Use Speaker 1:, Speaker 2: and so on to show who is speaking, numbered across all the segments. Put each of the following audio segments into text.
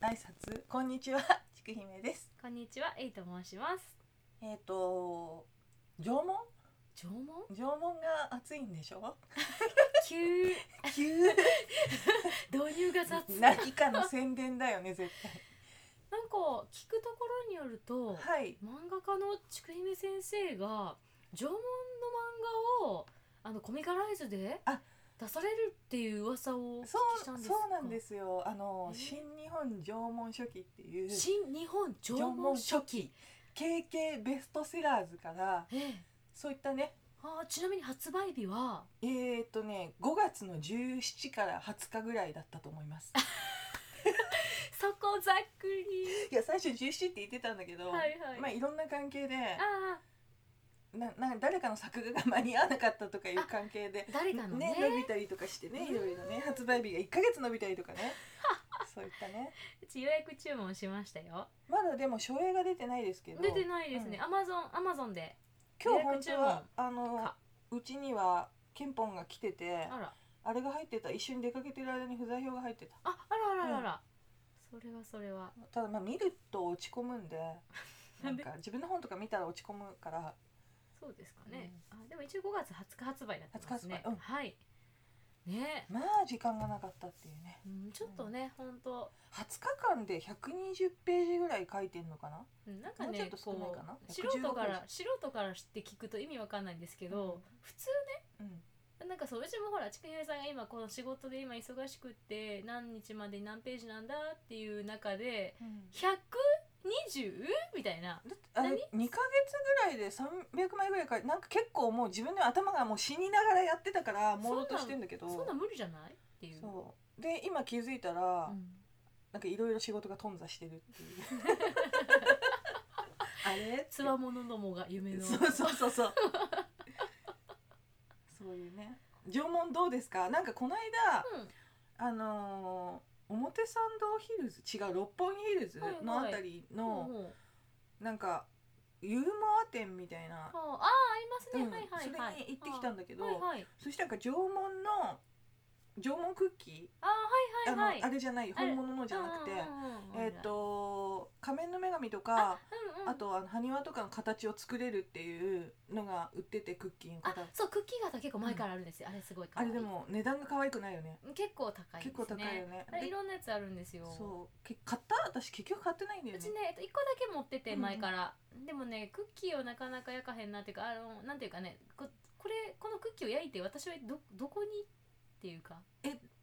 Speaker 1: 挨拶こんにちは ちくひめです
Speaker 2: こんにちは、エイと申します。
Speaker 1: えっ、と縄文
Speaker 2: 縄文？
Speaker 1: 縄文が暑いんでし ょ
Speaker 2: 急
Speaker 1: 急
Speaker 2: 導入が雑。なんか
Speaker 1: 何かの宣伝だよね絶
Speaker 2: 聞くところによると、
Speaker 1: 対はい
Speaker 2: 漫画家のちくひめ先生が縄文の漫画をあのコミカライズで
Speaker 1: あ
Speaker 2: 出されるっていう噂をお聞き
Speaker 1: そう
Speaker 2: したんです。
Speaker 1: そうなんですすよあの
Speaker 2: え
Speaker 1: 新日本縄文書紀っていう
Speaker 2: 新日本縄文書紀。
Speaker 1: KK ベストセラーズから
Speaker 2: ええ。
Speaker 1: そういったね
Speaker 2: あーちなみに発売日は
Speaker 1: えー、っとね5月の17から20日ぐらいだったと思 います
Speaker 2: そこざっくり。
Speaker 1: いや最初17って言ってたんだけど、
Speaker 2: はいはい。
Speaker 1: まあいろんな関係で
Speaker 2: あ
Speaker 1: なな誰かの作画が間に合わなかったとかいう関係で
Speaker 2: あ、誰かの
Speaker 1: ね
Speaker 2: ね
Speaker 1: 伸びたりとかしてねいろいろね発売日が1ヶ月伸びたり とかねそういったね
Speaker 2: うち予約注文しましたよ。
Speaker 1: まだでも初映が出てないですけど
Speaker 2: 出てないですね。
Speaker 1: うん
Speaker 2: アマゾンアマゾンで。
Speaker 1: 今日本
Speaker 2: 予約注
Speaker 1: 当は
Speaker 2: 文
Speaker 1: あの
Speaker 2: か
Speaker 1: うちにはケンポンが来てて
Speaker 2: あら。
Speaker 1: あれが入ってた一緒に出かけてる間に不在表が入ってた
Speaker 2: あ、あらあらあら、それはそれは。
Speaker 1: ただまあ見ると落ち込むんで な
Speaker 2: なんんで
Speaker 1: か自分の本とか見たら落ち込むから
Speaker 2: そうですかね。あ、でも一応5月20日発売になってますね。
Speaker 1: 20日発売うん
Speaker 2: はい。ね。
Speaker 1: まあ時間がなかったっていうね
Speaker 2: うん、ちょっとね、本当、
Speaker 1: 20日間で120ページぐらい書いてんのかな
Speaker 2: うんなんか
Speaker 1: もうちょ
Speaker 2: ね
Speaker 1: っ、と少ない
Speaker 2: こ
Speaker 1: かな
Speaker 2: う素人か
Speaker 1: 115
Speaker 2: ら素人から知って聞くと意味わかんないんですけど、
Speaker 1: うん
Speaker 2: 普通
Speaker 1: うん
Speaker 2: なんかそううちもほらちくひめさんが今この仕事で今忙しくって何日までに何ページなんだっていう中で
Speaker 1: うん、
Speaker 2: 120みたいな
Speaker 1: だってあれ2ヶ月ぐらいで300枚ぐらいかなんか結構もう自分の頭がもう死にながらやってたから朦朧としてんだけど
Speaker 2: そんなん無理じゃないっていう
Speaker 1: そうで今気づいたら、
Speaker 2: うん
Speaker 1: なんかいろいろ仕事が頓挫してるっていう あれ
Speaker 2: つわものどもが夢の
Speaker 1: そうそうそうそうそういうね縄文どうですかなんかこの間
Speaker 2: うん
Speaker 1: あのー表参道ヒルズ違う六本木ヒルズ
Speaker 2: はいはい
Speaker 1: のあたりの、
Speaker 2: うんうん
Speaker 1: なんかユーモア店みたいな
Speaker 2: あ、ああありますね、はいはいはい
Speaker 1: それに行ってきたんだけど、
Speaker 2: はいはい
Speaker 1: そしたらなんか縄文の縄文クッキ
Speaker 2: ああ
Speaker 1: ー、
Speaker 2: はいはい
Speaker 1: あの
Speaker 2: は
Speaker 1: あ
Speaker 2: い
Speaker 1: れじゃない
Speaker 2: あれ
Speaker 1: 本物のじゃなくて、
Speaker 2: うんうんうんうん
Speaker 1: えっ、と仮面の女神とか
Speaker 2: うんうん
Speaker 1: あとあの埴輪とかの形を作れるっていうのが売っててクッキーの
Speaker 2: あ
Speaker 1: 形あ
Speaker 2: そうクッキー型結構前からあるんですよ、あれすごい可愛い
Speaker 1: れでも値段が可愛くないよね
Speaker 2: 結構高いですね
Speaker 1: 結構高いよね
Speaker 2: あれい
Speaker 1: で
Speaker 2: ろんなやつあるんですよ
Speaker 1: そうけ買った私結局買ってないんだよ
Speaker 2: う
Speaker 1: ね
Speaker 2: ちね、えっと、1個だけ持ってて
Speaker 1: うんうん
Speaker 2: 前から、でもねクッキーをなかなか焼かへんなっていうかあのなんていうかねここれこのクッキーを焼いて私はどどこにっていうか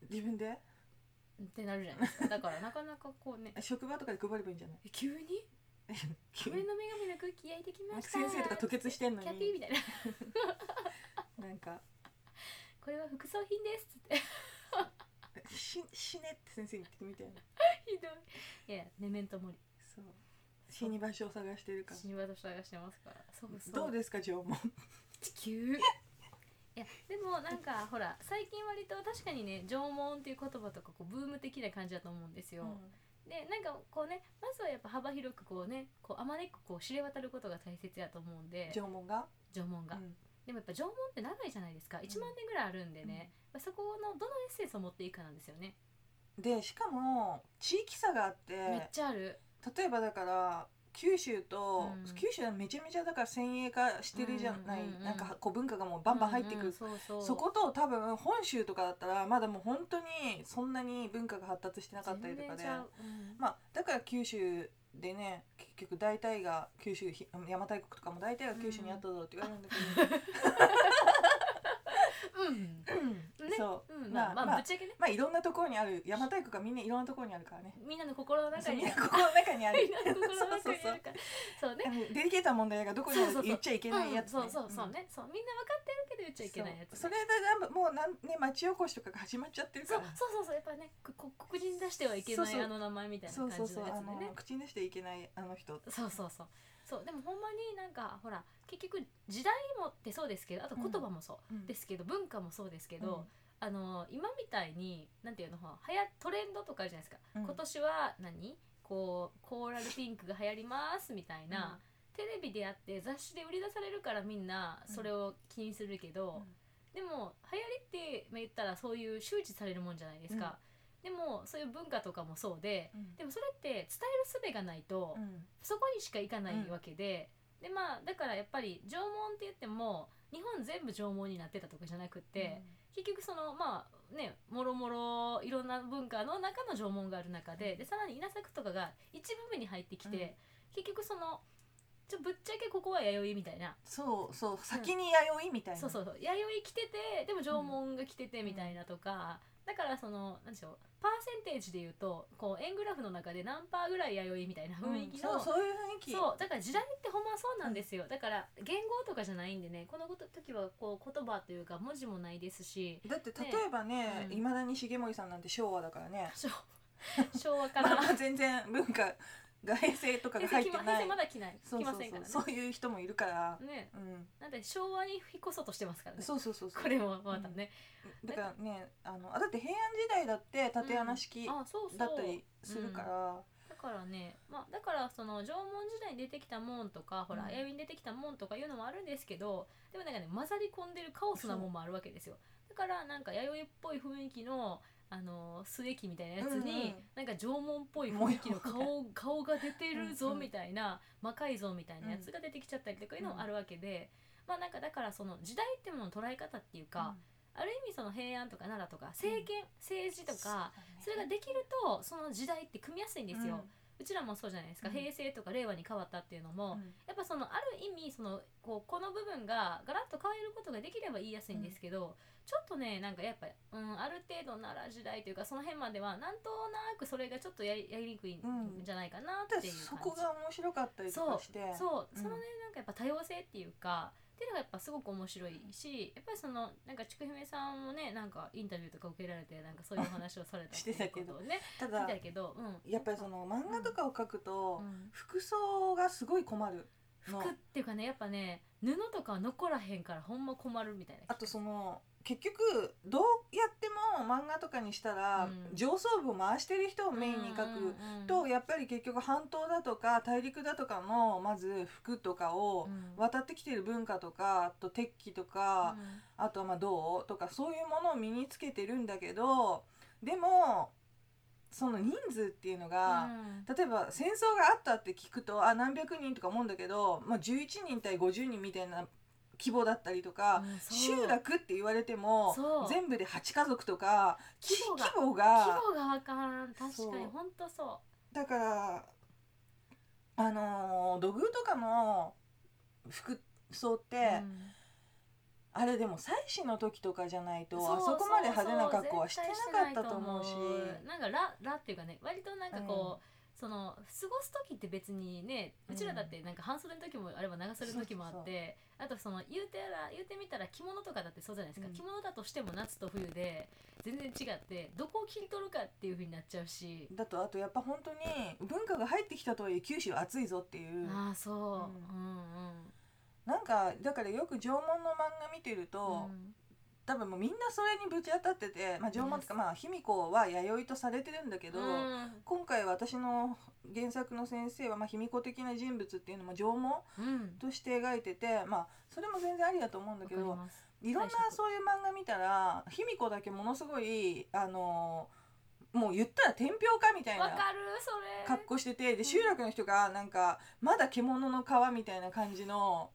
Speaker 1: 自分で
Speaker 2: ってなるじゃないですかだからなかなかこうね
Speaker 1: 職場とかで配ればいいんじゃない
Speaker 2: え急に
Speaker 1: 急
Speaker 2: 上
Speaker 1: に
Speaker 2: の女神のクッキー焼いてき
Speaker 1: な
Speaker 2: ま
Speaker 1: ん
Speaker 2: し
Speaker 1: か
Speaker 2: た
Speaker 1: 先生とか吐血してんの
Speaker 2: キャピーみ
Speaker 1: に
Speaker 2: たいな
Speaker 1: なんか
Speaker 2: これは副葬品ですっつって
Speaker 1: し死ねって先生に言ってみたいな
Speaker 2: ひどいいやメメントモリ
Speaker 1: そう死に場所を探してるから
Speaker 2: 死に場所探してますからそうそう
Speaker 1: どうですか縄文
Speaker 2: 地球いやでもなんかほら最近割と確かにね縄文っていう言葉とかこうブーム的な感じだと思うんですよ、でなんかこうねまずはやっぱ幅広くこうねこうあまねくこう知れ渡ることが大切やと思うんで
Speaker 1: 縄文が
Speaker 2: 縄文が、
Speaker 1: うん
Speaker 2: でもやっぱ縄文って長いじゃないですか1万年ぐらいあるんでね、まあそこのどのエッセンスを持っていくかなんですよね、
Speaker 1: でしかも地域差があって
Speaker 2: めっちゃある
Speaker 1: 例えばだから九州と、
Speaker 2: うん
Speaker 1: 九州はめちゃめちゃだから先鋭化してるじゃない、
Speaker 2: うんうんうん
Speaker 1: なんかこう文化がもうバンバン入ってく
Speaker 2: うん
Speaker 1: る、
Speaker 2: うんそうそう
Speaker 1: そこと多分本州とかだったらまだもう本当にそんなに文化が発達してなかったりとか
Speaker 2: 全然
Speaker 1: で
Speaker 2: ちゃううん
Speaker 1: まあだから九州でね結局大体が九州ひ邪馬台国とかも大体が九州にあったぞって言われるんだけど、
Speaker 2: うんね
Speaker 1: そう、
Speaker 2: うん
Speaker 1: ま
Speaker 2: ま
Speaker 1: あ
Speaker 2: あま
Speaker 1: ま
Speaker 2: あ
Speaker 1: あ
Speaker 2: ぶっちゃけね
Speaker 1: まあいろんなところにある邪馬台国がみんないろんなところにあるからね
Speaker 2: みんなの心の
Speaker 1: そ
Speaker 2: 中
Speaker 1: うみ
Speaker 2: にあ
Speaker 1: んな
Speaker 2: る
Speaker 1: 心の中 にある
Speaker 2: みんなの心の中にあるからそうね
Speaker 1: あのデリケートな問題がどこにあるって言っちゃいけないやつ、
Speaker 2: うん、そうそうそうね、そうみんな分かってるけど言っちゃいけないやつ、ね、
Speaker 1: そうそれでなんかもうなんね町おこしとかが始まっちゃってるか
Speaker 2: そう
Speaker 1: ら
Speaker 2: そうそうそうやっぱねここ黒人出してはいけない
Speaker 1: そうそう
Speaker 2: あの名前みたいな
Speaker 1: そ
Speaker 2: 感
Speaker 1: う
Speaker 2: じ
Speaker 1: そ
Speaker 2: の
Speaker 1: う
Speaker 2: やつで
Speaker 1: そうあの
Speaker 2: ね
Speaker 1: 口にしていけないあの人
Speaker 2: そうそうそうそうでもほんまになんかほら結局時代もってそうですけどあと言葉もそう、
Speaker 1: うん
Speaker 2: ですけど文化もそうですけ
Speaker 1: け
Speaker 2: ど、、あの今みたいになんていうのはやトレンドとかあるじゃないですか、
Speaker 1: うん
Speaker 2: 今年は何こうコーラルピンクが流行りますみたいな、テレビでやって雑誌で売り出されるからみんなそれを気にするけど、
Speaker 1: うん
Speaker 2: でも流行りってまあ言ったらそういう周知されるもんじゃないですか、でもそういう文化とかもそうで
Speaker 1: うん
Speaker 2: でもそれって伝える術がないと、
Speaker 1: うん
Speaker 2: そこにしか行かないわけで、でまあだからやっぱり縄文って言っても日本全部縄文になってたとかじゃなくて、結局そのまあねもろもろいろんな文化の中の縄文がある中で,、
Speaker 1: うん
Speaker 2: でさらに稲作とかが一部目に入ってきて、結局そのちょぶっちゃけここは弥生みたいな、
Speaker 1: そうそう先に弥生みたいな
Speaker 2: そうそうそう弥生来ててでも縄文が来ててみたいなとか、だからそのなんでしょうパーセンテージで言うとこう円グラフの中で何パーぐらい弥生みたいな
Speaker 1: うん
Speaker 2: 雰囲気の、
Speaker 1: そうそういう雰囲気
Speaker 2: そうだから時代ってほんまそうなんですよ、だから言語とかじゃないんでねこのこと時はこう言葉というか文字もないですし
Speaker 1: だって例えばね
Speaker 2: ねうん
Speaker 1: いま、未だに重森さんなんて昭和だからね
Speaker 2: 昭 昭和か
Speaker 1: ま
Speaker 2: ら
Speaker 1: だ全然文化が平成とかが
Speaker 2: 平成
Speaker 1: 入
Speaker 2: 来ま
Speaker 1: ってな
Speaker 2: 平
Speaker 1: い
Speaker 2: 成まだ来ない
Speaker 1: そう
Speaker 2: 来
Speaker 1: そ
Speaker 2: ま
Speaker 1: うそう
Speaker 2: せんからね
Speaker 1: そういう人もいるから、
Speaker 2: ね
Speaker 1: うん、
Speaker 2: なんで昭和に引っ越そうとしてますからね
Speaker 1: そうそうそうそう
Speaker 2: これもまたね、
Speaker 1: だからねあのあだって平安時代だって縦穴式
Speaker 2: あそうそう
Speaker 1: だったりするから、
Speaker 2: だからね、まあ、だからその縄文時代に出てきたもんとかほ
Speaker 1: うん
Speaker 2: ら弥生に出てきたもんとかいうのもあるんですけどでもなんかね混ざり込んでるカオスなもんもあるわけですよだからなんか弥生っぽい雰囲気のあの須江器みたいなやつに、
Speaker 1: うんうん
Speaker 2: なんか縄文っぽい雰囲気の
Speaker 1: 模様
Speaker 2: 顔顔が出てる
Speaker 1: うん
Speaker 2: ぞ
Speaker 1: うん
Speaker 2: みたいな魔改造みたいなやつが出てきちゃったりとかいうのもあるわけで、まあなんかだからその時代ってものの捉え方っていうか、ある意味その平安とか奈良とか政権、政治とかそれが
Speaker 1: き
Speaker 2: できるとその時代って組みやすいんですよ、うちらもそうじゃないですか、
Speaker 1: うん
Speaker 2: 平成とか令和に変わったっていうのも、
Speaker 1: うん
Speaker 2: やっぱそのある意味そのこうこの部分がガラッと変えることができれば言いやすいんですけど、ちょっとねなんかやっぱ、うん、ある程度奈良時代というかその辺まではなんとなくそれがちょっとやりやりにくいん
Speaker 1: うん
Speaker 2: じゃないかな
Speaker 1: だ
Speaker 2: っ
Speaker 1: か
Speaker 2: てい
Speaker 1: ら
Speaker 2: う感じ、
Speaker 1: そこが面白かったりとかして
Speaker 2: そう
Speaker 1: うん
Speaker 2: そのね、なんかやっぱ多様性っていうかっていうのがやっぱすごく面白いしやっぱりそのなんかちくひめさんもねなんかインタビューとか受けられてなんかそういうお話をされた
Speaker 1: してた
Speaker 2: って
Speaker 1: けど
Speaker 2: いうことをね
Speaker 1: た
Speaker 2: して
Speaker 1: だ
Speaker 2: たけど、うん、
Speaker 1: やっぱりその漫画とかを描くと、
Speaker 2: うん
Speaker 1: 服装がすごい困るの
Speaker 2: 服っていうかねやっぱね布とかは残らへんからほんま困るみたいな
Speaker 1: あとその結局どうやっても漫画とかにしたら、
Speaker 2: うん
Speaker 1: 上層部を回してる人をメインに描く。
Speaker 2: うんうん
Speaker 1: とやっぱり結局半島だとか大陸だとかのまず服とかを
Speaker 2: うん
Speaker 1: 渡ってきてる文化とかあと鉄器とか、あとはまあ銅とかそういうものを身につけてるんだけどでもその人数っていうの
Speaker 2: う
Speaker 1: が、
Speaker 2: ん
Speaker 1: 例えば戦争があったって聞くとあ何百人とか思うんだけど、まあ、11人対50人みたいな規模だったりとか、
Speaker 2: うんそう
Speaker 1: 集落って言われても
Speaker 2: そう
Speaker 1: 全部で8家族とかき
Speaker 2: 規模が
Speaker 1: 規
Speaker 2: 規
Speaker 1: 模が
Speaker 2: 模がわからん
Speaker 1: そ
Speaker 2: 確
Speaker 1: う
Speaker 2: かにほんとそ
Speaker 1: だからあのー土偶とかの服装っ
Speaker 2: う、う
Speaker 1: て、
Speaker 2: ん
Speaker 1: あれでも祭祀の時とかじゃないと
Speaker 2: う
Speaker 1: あそこまで派手な格好はして
Speaker 2: そうそう
Speaker 1: なかったと思うし
Speaker 2: 絶対してないと思うなんかララっていうかね割となんかこう、その過ごす時って別にねうちらだってなんか半袖の時もあれば長袖の時もあって、あとその言うてら言うてみたら着物とかだってそうじゃないですか、
Speaker 1: うん
Speaker 2: 着物だとしても夏と冬で全然違ってどこを切り取るかっていうふうになっちゃうし、
Speaker 1: だとあとやっぱ本当に文化が入ってきたとはいえ九州暑いぞっていう
Speaker 2: ああそう、うん、うん
Speaker 1: なんかだからよく縄文の漫画見てる
Speaker 2: うん
Speaker 1: と、多分もうみんなそれにぶち当たってて、まあ、縄文とか、まあ、卑弥呼は弥生とされてるんだけど、
Speaker 2: うん
Speaker 1: 今回私の原作の先生は、まあ、卑弥呼的な人物っていうのも縄文
Speaker 2: うん
Speaker 1: として描いててまあそれも全然ありだと思うんだ
Speaker 2: わ
Speaker 1: け
Speaker 2: かり
Speaker 1: ど
Speaker 2: ます
Speaker 1: いろん
Speaker 2: 解
Speaker 1: な
Speaker 2: 釈
Speaker 1: そういう漫画見たら卑弥呼だけものすごいあのもう言ったら天平かみたい
Speaker 2: わかる
Speaker 1: な
Speaker 2: それ
Speaker 1: 格好してて
Speaker 2: う
Speaker 1: で
Speaker 2: ん
Speaker 1: 集落の人がなんかまだ獣の皮みたいな感じの。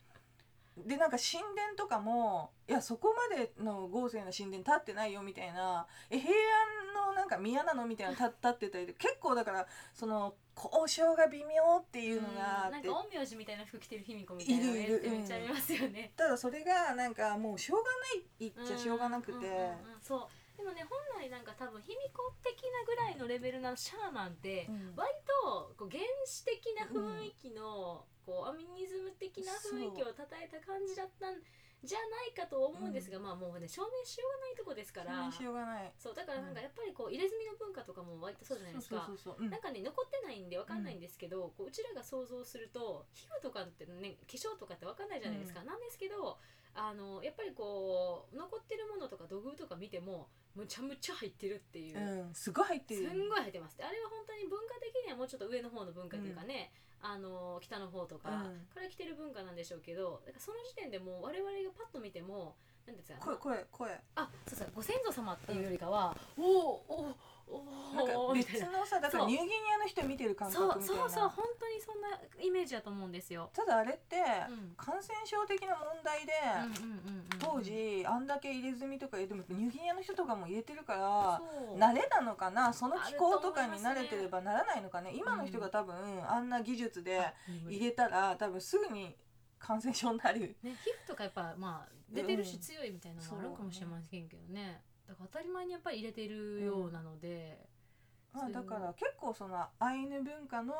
Speaker 1: でなんか神殿とかもいやそこまでの豪勢な神殿立ってないよみたいなえ平安のなんか宮なのみたい な立立ってたりで結構だからその交渉が微妙っていうのがあ
Speaker 2: う
Speaker 1: っ
Speaker 2: んなん
Speaker 1: て
Speaker 2: か陰陽師みたいな服着てる卑弥呼みたいなの
Speaker 1: いるいる
Speaker 2: ってめっちゃありますよね、
Speaker 1: ただそれがなんかもうしょうがないっちゃしょうがなくて
Speaker 2: うんうんうんうんそうでもね本来なんか多分卑弥呼的なぐらいのレベルなシャーマンって
Speaker 1: うん
Speaker 2: 割とこう原始的な雰囲気の、こうアミニズム的な雰囲気をたたえた感じだったんじゃないかと思うんですが、まあもうね証明しようがないとこですか
Speaker 1: そん
Speaker 2: ら
Speaker 1: なしようがない
Speaker 2: そうだからなんかやっぱりこう入れ墨の文化とかも割とそうじゃないですか。
Speaker 1: そうそうそううん
Speaker 2: なんかね残ってないんでわかんないんですけど、こううちらが想像すると皮膚とかってね化粧とかってわかんないじゃないですか、なんですけどあのやっぱりこう残ってるものとか土偶とか見てもむちゃむちゃ入ってるっていう、
Speaker 1: うんすごい入って
Speaker 2: す
Speaker 1: る
Speaker 2: んごい入ってますであれは本当に文化的にはもうちょっと上の方の文化というかね、あの北の方とか
Speaker 1: うん
Speaker 2: から来てる文化なんでしょうけど、だからその時点でもう我々がパッと見てもなんですか
Speaker 1: 声声声
Speaker 2: あそうそうご先祖様っていうよりかは、おーおー
Speaker 1: なんか
Speaker 2: おおみたい
Speaker 1: 別
Speaker 2: な
Speaker 1: のさだか
Speaker 2: そ
Speaker 1: ら
Speaker 2: う
Speaker 1: ニューギニアの人見てる感
Speaker 2: そう
Speaker 1: 覚みたい
Speaker 2: そ
Speaker 1: な
Speaker 2: うそう本当にそんなイメージだと思うんですよ。
Speaker 1: ただあれって
Speaker 2: うん
Speaker 1: 感染症的な問題で、
Speaker 2: うんうんうんうん
Speaker 1: 当時あんだけ入れ墨とか入れてもニューギニアの人とかも入れてるから
Speaker 2: そう
Speaker 1: 慣れなのかなその気候とか
Speaker 2: あると思
Speaker 1: に
Speaker 2: いま
Speaker 1: 慣
Speaker 2: すね
Speaker 1: れてればならないのかね今の人が多分あんな技術で
Speaker 2: あ無理
Speaker 1: 入れたら多分すぐに感染症になる
Speaker 2: ね、皮膚とかやっぱまあ出てるし強いみたいなの
Speaker 1: そ
Speaker 2: も
Speaker 1: う
Speaker 2: あるかもしれませんけどねだから当たり前にやっぱり入れてるようなので、
Speaker 1: まあ
Speaker 2: そう
Speaker 1: だから結構そのアイヌ文化の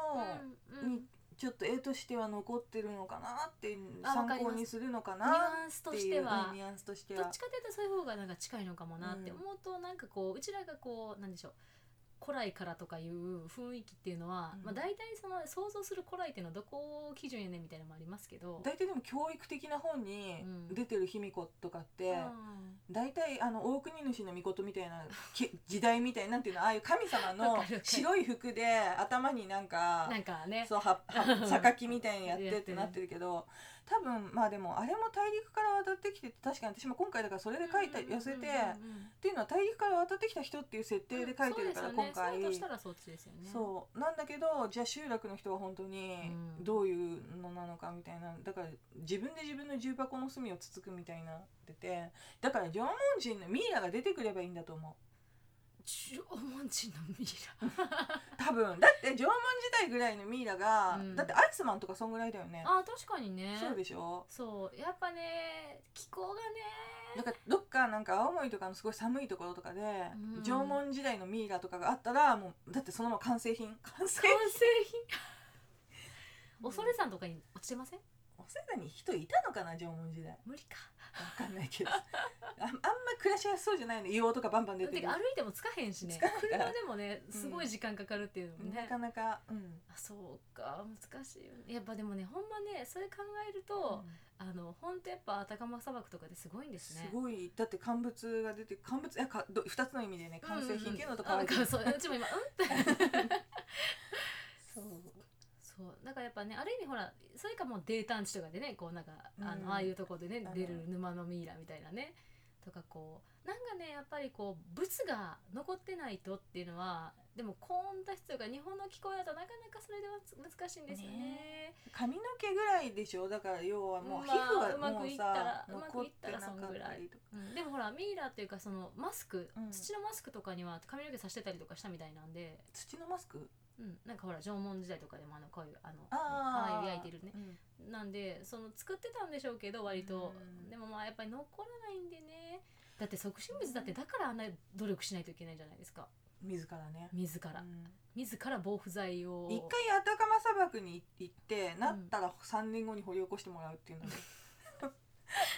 Speaker 2: うんうん
Speaker 1: にちょっと絵としては残ってるのかなって
Speaker 2: あ
Speaker 1: 参
Speaker 2: わかり
Speaker 1: 考
Speaker 2: ます
Speaker 1: にするのか
Speaker 2: ニュ
Speaker 1: な
Speaker 2: アンス
Speaker 1: っ
Speaker 2: と
Speaker 1: て
Speaker 2: し
Speaker 1: い
Speaker 2: て
Speaker 1: ううん
Speaker 2: は
Speaker 1: ニュアンスとして
Speaker 2: ど
Speaker 1: は
Speaker 2: っちかというとそういう方がなんか近いのかもなって思うと、なんかこううちらがこうなんでしょう古来からとかいう雰囲気っていうのは、
Speaker 1: うん
Speaker 2: まあ大体その想像する古来っていうのはどこを基準やねんみたいなのもありますけど、
Speaker 1: 大体でも教育的な本に
Speaker 2: うん
Speaker 1: 出てる卑弥呼とかって、
Speaker 2: うん
Speaker 1: 大体あの大国主の御事みたいなき時代みたいななんていうのああいう神様
Speaker 2: わ
Speaker 1: の
Speaker 2: かるわかる
Speaker 1: 白い服で頭になんか
Speaker 2: なんかね
Speaker 1: そうはは榊みたいにやってってなってるけど多分まあでもあれも大陸から渡ってきてて確かに私も今回だからそれで書いた寄せて、
Speaker 2: うんうん
Speaker 1: っ
Speaker 2: うんうん
Speaker 1: ていうのは大陸から渡ってきた人っていう設定で書いてるから、
Speaker 2: うん
Speaker 1: 今回
Speaker 2: そうですよねそうだとしたらそっちですよね
Speaker 1: そうなんだけどじゃあ集落の人は本当に
Speaker 2: うん
Speaker 1: どういうのなのかみたいなだから自分で自分の重箱の隅をつつくみたいになっててだから縄文人のミイラが出てくればいいんだと思う
Speaker 2: 縄文人のミイ
Speaker 1: 多分だって縄文時代ぐらいのミイラが、
Speaker 2: うん
Speaker 1: だってアイスマンとかそんぐらいだよね
Speaker 2: ラあー確かにね
Speaker 1: そうでしょ
Speaker 2: そうやっぱね気候がね
Speaker 1: だからどっかなんか青森とかのすごい寒いところとかで、
Speaker 2: うん
Speaker 1: 縄文時代のミイラとかがあったらもうだってそのまま完成品完成
Speaker 2: 完
Speaker 1: 品
Speaker 2: 成 品恐山とかに落ちてません
Speaker 1: お世話に人いたのかな縄文時代
Speaker 2: 無理か
Speaker 1: わかんないけどああんま暮らしやすそうじゃないの硫黄とかバンバン出
Speaker 2: だってて
Speaker 1: る
Speaker 2: か歩いてもつかへんしね
Speaker 1: つかないか
Speaker 2: 車
Speaker 1: ら
Speaker 2: でもねすごい時間かかるっていうのも
Speaker 1: な
Speaker 2: ね、
Speaker 1: かなかうん
Speaker 2: あそうか難しいよねやっぱでもねほんまねそれ考えると、あのほんとやっぱアタカマ砂漠とかですごいんです
Speaker 1: す
Speaker 2: ね
Speaker 1: ごいだって乾物が出て乾物いやかど2つの意味でね完成品っていうのと
Speaker 2: うんうん
Speaker 1: 乾
Speaker 2: うんあ
Speaker 1: 物、
Speaker 2: そううちも今うんって
Speaker 1: そう
Speaker 2: そうだからやっぱねある意味ほらそれかもう泥炭地とかでねこうなんかあの、
Speaker 1: うん
Speaker 2: ああいうとこでね
Speaker 1: あの
Speaker 2: 出る沼のミイラみたいなねとかこうなんかねやっぱりこう物が残ってないとっていうのはでも高温多湿とか日本の気候だとなかなかそれではつ難しいんですよね
Speaker 1: 髪の毛ぐらいでしょだから要はもう皮
Speaker 2: まあ
Speaker 1: 膚は
Speaker 2: うま
Speaker 1: も
Speaker 2: く
Speaker 1: う
Speaker 2: いった
Speaker 1: さ
Speaker 2: ら、
Speaker 1: 残
Speaker 2: う
Speaker 1: ってなか
Speaker 2: まくいったらそんぐ
Speaker 1: った
Speaker 2: ら
Speaker 1: り
Speaker 2: い
Speaker 1: とか
Speaker 2: うんでもほらミイラっていうかそのマスク、
Speaker 1: うん
Speaker 2: 土のマスクとかには髪の毛さしてたりとかしたみたいなんで、
Speaker 1: 土のマスク
Speaker 2: うん、なんかほら縄文時代とかでもあのこういうあの
Speaker 1: あー
Speaker 2: ああいう焼いてるね
Speaker 1: うん
Speaker 2: なんでその作ってたんでしょうけど割と
Speaker 1: うん
Speaker 2: でもまあやっぱり残らないんでねだって促進物だってだからあんな努力しないといけないじゃないですか
Speaker 1: 自らね、
Speaker 2: 自ら、
Speaker 1: うん
Speaker 2: 自ら防腐剤を
Speaker 1: 一回アタカマ砂漠に行ってなったら3年後に掘り起こしてもらうっていうので、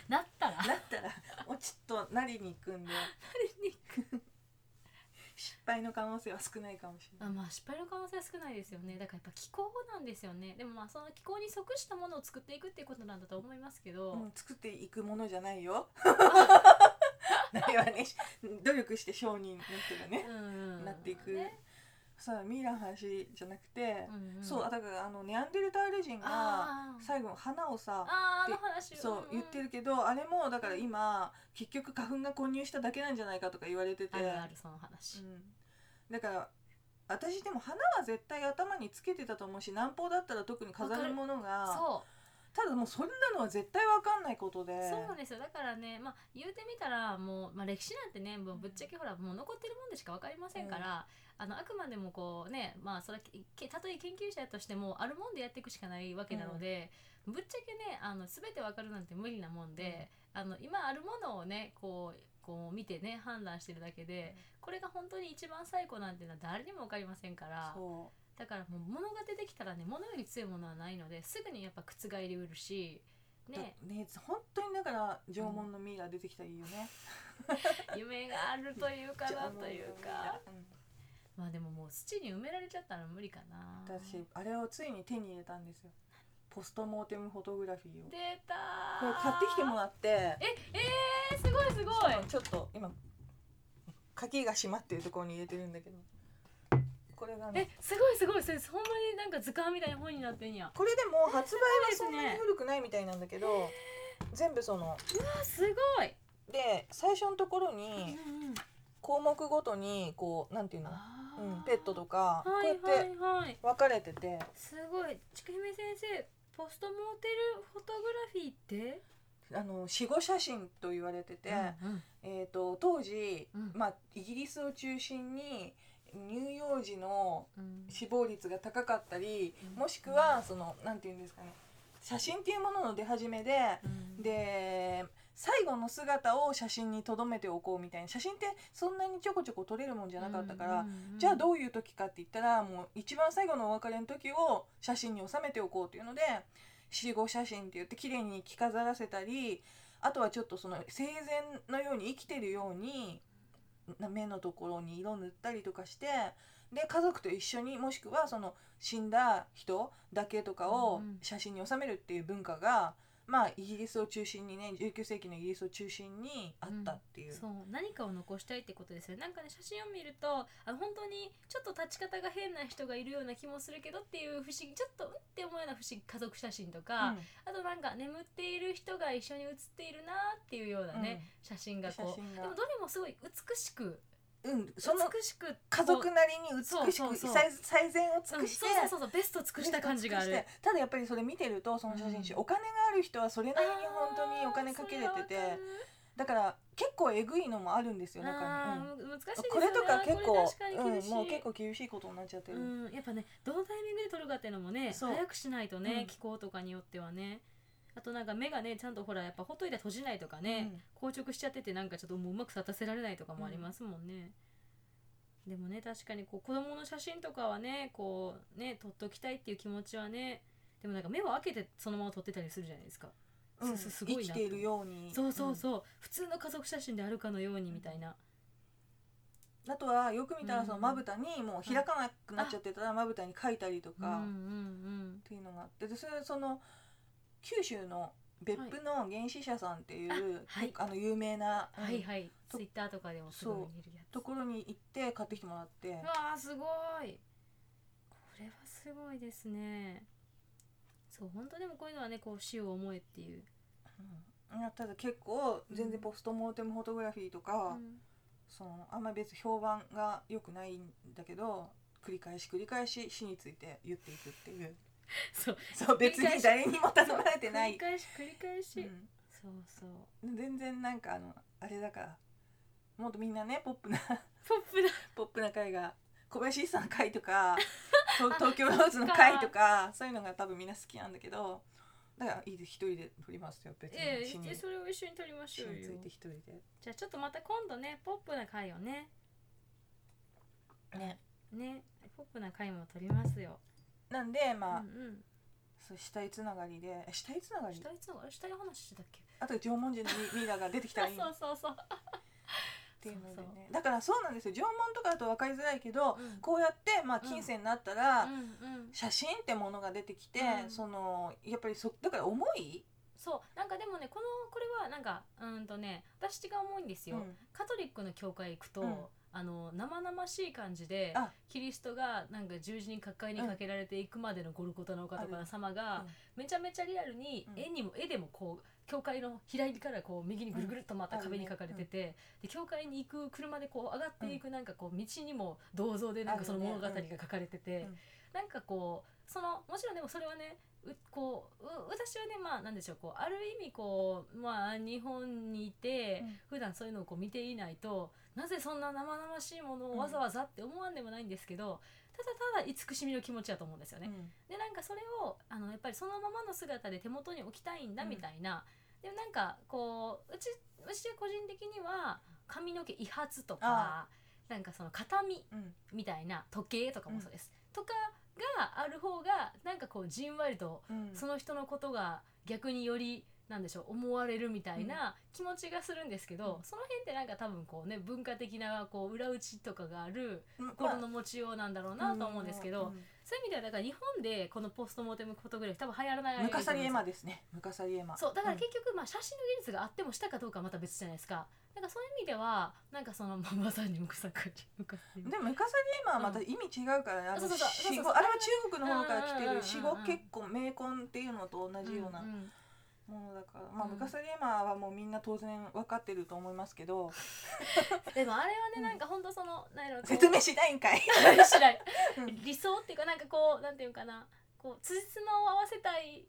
Speaker 2: なったら
Speaker 1: なったらもうちょっとなりに行くんで失敗の可能性は少ないかもしれない
Speaker 2: あまあ失敗の可能性は少ないですよねだからやっぱ気候なんですよねでもまあその気候に即したものを作っていくっていうことなんだと思いますけど、
Speaker 1: うん、作っていくものじゃな いよ。ないわね。努力して商人の人がね、
Speaker 2: うん
Speaker 1: なっていく。
Speaker 2: ね
Speaker 1: さあミイラの話じゃなくて、
Speaker 2: んん
Speaker 1: そうだからあのネアンデルタール人が
Speaker 2: あー
Speaker 1: 最後花をさ、
Speaker 2: あーあの話
Speaker 1: そう言って
Speaker 2: る
Speaker 1: るけど、あれもだから今結局花粉が混入しただけなんじゃないかとか言われてて、
Speaker 2: あるあるその話、
Speaker 1: うん、だから。私でも花は絶対頭につけてたと思うし南方だったら特に飾るものが
Speaker 2: そう
Speaker 1: ただもうそんなのは絶対わかんないことで
Speaker 2: そうなんですよだからね、まあ、言うてみたらもう、まあ、歴史なんてねもうぶっちゃけほらもう残ってるもんでしか分かりませんから、あのあくまでもこうね、まあ、それはけたとえ研究者としてもあるもんでやっていくしかないわけなので、ぶっちゃけねあの全て分かるなんて無理なもんで、あの今あるものをねこうこう見てね判断してるだけで、これが本当に一番最古なんてのは誰にも分かりませんから
Speaker 1: そう
Speaker 2: だからもう物が出てきたらね物より強いものはないのですぐにやっぱ覆りうるし。
Speaker 1: だ
Speaker 2: ね、
Speaker 1: ね本当にだから縄文のミイラ出てきたらいいよね。
Speaker 2: 夢があるというかなというか
Speaker 1: うん
Speaker 2: まあでももう土に埋められちゃったら無理かな
Speaker 1: 私あれをついに手に入れたんですよ。ポストモーテムフォトグラフィーを。
Speaker 2: 出たー
Speaker 1: これ買ってきてもらって。
Speaker 2: ええー、すごいすごい
Speaker 1: そうちょっと今鍵が閉まってるところに入れてるんだけど。これが
Speaker 2: え
Speaker 1: ね。
Speaker 2: すごいすごいそれほんまになんか図鑑みたいな本になってんや
Speaker 1: これでも発売は
Speaker 2: えす
Speaker 1: そ
Speaker 2: ごいですね
Speaker 1: んなに古くないみたいなんだけど、全部その
Speaker 2: うわすごい
Speaker 1: で最初のところに
Speaker 2: うんうん
Speaker 1: 項目ごとにこうなんていうの、
Speaker 2: あー
Speaker 1: うん、ペットとか、
Speaker 2: はい
Speaker 1: こうや
Speaker 2: は
Speaker 1: って
Speaker 2: いはい
Speaker 1: 分かれてて
Speaker 2: すごいちくひめ先生ポストモーテルフォトグラフィーって
Speaker 1: あの死後写真と言われてて、
Speaker 2: うん
Speaker 1: えー、と当時、
Speaker 2: うん
Speaker 1: まあ、イギリスを中心に乳幼児の
Speaker 2: うん
Speaker 1: 死亡率が高かったり
Speaker 2: うん
Speaker 1: もしくはそのなんて言うんですかね写真っていうものの出始めで
Speaker 2: うん
Speaker 1: で最後の姿を写真に留めておこうみたいな写真ってそんなにちょこちょこ撮れるもんじゃなかったから、
Speaker 2: うんうんうん
Speaker 1: じゃあどういう時かって言ったらもう一番最後のお別れの時を写真に収めておこうというので死後写真って言って綺麗に着飾らせたりあとはちょっとその生前のように生きてるようにな目のところに色塗ったりとかしてで家族と一緒にもしくはその死んだ人だけとかを
Speaker 2: うんうん
Speaker 1: 写真に収めるっていう文化が、まあイギリスを中心にね19世紀のイギリスを中心にあったっていう。
Speaker 2: そう何かを残したいってことですよねなんかね写真を見るとあ本当にちょっと立ち方が変な人がいるような気もするけどっていう不思議ちょっとうんって思うような不思議家族写真とか、
Speaker 1: うん
Speaker 2: あとなんか眠っている人が一緒に写っているなっていうようなね、写真がこ
Speaker 1: 写
Speaker 2: う
Speaker 1: 真
Speaker 2: で
Speaker 1: が
Speaker 2: もどれもすごい美しく
Speaker 1: うん、
Speaker 2: 美
Speaker 1: その
Speaker 2: しくこう
Speaker 1: 家族なりに美し
Speaker 2: そう
Speaker 1: く
Speaker 2: そうそう
Speaker 1: 最最善を尽
Speaker 2: うん
Speaker 1: くして
Speaker 2: そうそうそうそうベスト尽くした感じがあ
Speaker 1: 尽く
Speaker 2: る
Speaker 1: してただやっぱりそれ見てるとその写真集、
Speaker 2: うん
Speaker 1: お金がある人はそれなりに本当にお金かけれててだから結構えぐいのもあるんです
Speaker 2: そ
Speaker 1: よ
Speaker 2: れはわかる
Speaker 1: 中に、
Speaker 2: あー難しいで
Speaker 1: う
Speaker 2: すよ
Speaker 1: ん
Speaker 2: ね
Speaker 1: これとか結構
Speaker 2: これ確かに厳しい、
Speaker 1: うん、もう結構厳しいことになっちゃってる、
Speaker 2: うん、やっぱねどのタイミングで撮るかっていうのもね
Speaker 1: そう
Speaker 2: 早くしないとね、
Speaker 1: うん
Speaker 2: 気候とかによってはねあとなんか目がねちゃんとほらやっぱほっといたら閉じないとかね、硬直しちゃっててなんかちょっともううまく立たせられないとかもありますもんね、でもね確かにこう子供の写真とかはねこうね撮っときたいっていう気持ちはねでもなんか目を開けてそのまま撮ってたりするじゃないですか、
Speaker 1: うん
Speaker 2: すすご
Speaker 1: 生
Speaker 2: い
Speaker 1: き
Speaker 2: な
Speaker 1: ているように
Speaker 2: そうそうそう、普通の家族写真であるかのようにみたいな、
Speaker 1: うんあとはよく見たらその
Speaker 2: うん
Speaker 1: まぶたにもう開かなくなっちゃってたらまぶたに描いたりと
Speaker 2: うんうん
Speaker 1: か、
Speaker 2: うん
Speaker 1: っていうのがあってでそれその九州の別府の原始社さんっていう、
Speaker 2: あはい
Speaker 1: あの有名な、うん
Speaker 2: はいはい
Speaker 1: と
Speaker 2: ツイッターとかでもすごい見るやつ
Speaker 1: ところに行って買ってきてもらって
Speaker 2: うわーすごいこれはすごいですねそう本当でもこういうのはねこう死を思えっていう、
Speaker 1: うんいやただ結構全
Speaker 2: うん
Speaker 1: 然ポストモーテムフォトグラフィーとか、
Speaker 2: うん
Speaker 1: そのあんまり別に評判が良くないんだけど繰り返し繰り返し死について言っていくって いう
Speaker 2: そう
Speaker 1: そう別に誰にも頼まれてな
Speaker 2: 繰
Speaker 1: い
Speaker 2: り、返し繰り返し、そうそう
Speaker 1: うん全然なんかあのあれだからもっとみんなねポップな
Speaker 2: ポップだ
Speaker 1: ポップな回が小林一茶の回と かと東京ローズの回とかそういうのが多分みんな好きなんだけどだからいいです一人で撮りますよ別に
Speaker 2: ええ
Speaker 1: 死に
Speaker 2: それを一緒に撮りまし
Speaker 1: 死
Speaker 2: ょう
Speaker 1: につ
Speaker 2: よ
Speaker 1: いて一人で。
Speaker 2: じゃあちょっとまた今度ねポップな回をね
Speaker 1: ね、
Speaker 2: ねポップな回も撮りますよ、
Speaker 1: なんでまあ、
Speaker 2: うんうん
Speaker 1: そう死体つながりでえ死体つながり
Speaker 2: 下いつのあれ下の話してたっけ
Speaker 1: あと縄文人のリリーダーが出てき
Speaker 2: そ
Speaker 1: たら
Speaker 2: う
Speaker 1: いい っ
Speaker 2: そうそう
Speaker 1: ていうので
Speaker 2: そ
Speaker 1: ね
Speaker 2: うそう
Speaker 1: だからそうなんですよ縄文とかだと分かりづらいけど、
Speaker 2: うん
Speaker 1: こうやってまあ近世になったら、
Speaker 2: うんうん
Speaker 1: 写真ってものが出てきて、
Speaker 2: うん
Speaker 1: そのやっぱりそだから重い、
Speaker 2: そうなんかでもねこのこれはなんかうーんとね私が思うんですよ、
Speaker 1: うん
Speaker 2: カトリックの教会行くと、
Speaker 1: うん
Speaker 2: あの生々しい感じで
Speaker 1: あ
Speaker 2: キリストがなんか十字に各界にかけられていくまでのゴルゴタのお方
Speaker 1: あ
Speaker 2: か
Speaker 1: る
Speaker 2: 様が、めちゃめちゃリアルに
Speaker 1: うん
Speaker 2: 絵にも絵でもこう教会の左からこう右にぐるぐるっとまた
Speaker 1: うんある
Speaker 2: 壁
Speaker 1: ね
Speaker 2: に描かれてて、で教会に行く車でこう上がっていくなんかこう道にも銅像でなんかその物語が
Speaker 1: あるね
Speaker 2: 書かれてて、
Speaker 1: うん
Speaker 2: なんかこうそのもちろんでもそれはねうこうう私はねまあなんでしょうこうある意味こうまあ日本にいて、
Speaker 1: うん
Speaker 2: 普段そういうのをこう見ていないとなぜそんな生々しいものをわざわざって思わんでもないんですけど、ただただ慈しみの気持ちだと思うんですよね。
Speaker 1: うん
Speaker 2: でなんかそれをあのやっぱりそのままの姿で手元に置きたいんだ
Speaker 1: うん
Speaker 2: みたいな、でもなんかこううち私は個人的には髪の毛遺髪とかなんかその形見
Speaker 1: うん
Speaker 2: みたいな時計とかもそうです、とかがある方がなんかこうじんわりと
Speaker 1: うん
Speaker 2: その人のことが逆によりなんでしょう思われるみたいな気持ちがするんですけど、
Speaker 1: うん
Speaker 2: その辺ってなんか多分こうね文化的なこう裏打ちとかがある
Speaker 1: うん
Speaker 2: 心の持ちようなんだろうなと思うんですけど、
Speaker 1: うん
Speaker 2: そういう意味ではだから日本でこのポストモーテムフォトグラフィー多分流行らない
Speaker 1: ムカサリエマ
Speaker 2: で
Speaker 1: ですねムカサリエマ
Speaker 2: そうだから結局まあ写真の技術があってもしたかどうかはまた別じゃないですか。なんかそういう意味ではなんかそのまあまさにムカサカリムカサリ
Speaker 1: うんでもムカサリエマはまた意味違うからね、あ
Speaker 2: そ
Speaker 1: の
Speaker 2: うそうそうそうそう
Speaker 1: 死後あれは中国の方から来
Speaker 2: う
Speaker 1: て
Speaker 2: んうんうんうん
Speaker 1: る死後結構名婚っていうのと同じような
Speaker 2: うんうん
Speaker 1: ものだから、まあ、
Speaker 2: うん
Speaker 1: ムカサリエマはもうみんな当然分かってると思いますけど、
Speaker 2: でもあれはね、
Speaker 1: うん
Speaker 2: なんか本当そのなんやろこう
Speaker 1: 説明しない んかい
Speaker 2: しない
Speaker 1: うん
Speaker 2: 理想っていうかなんかこうなんていうかなこう辻褄を合わせたいっ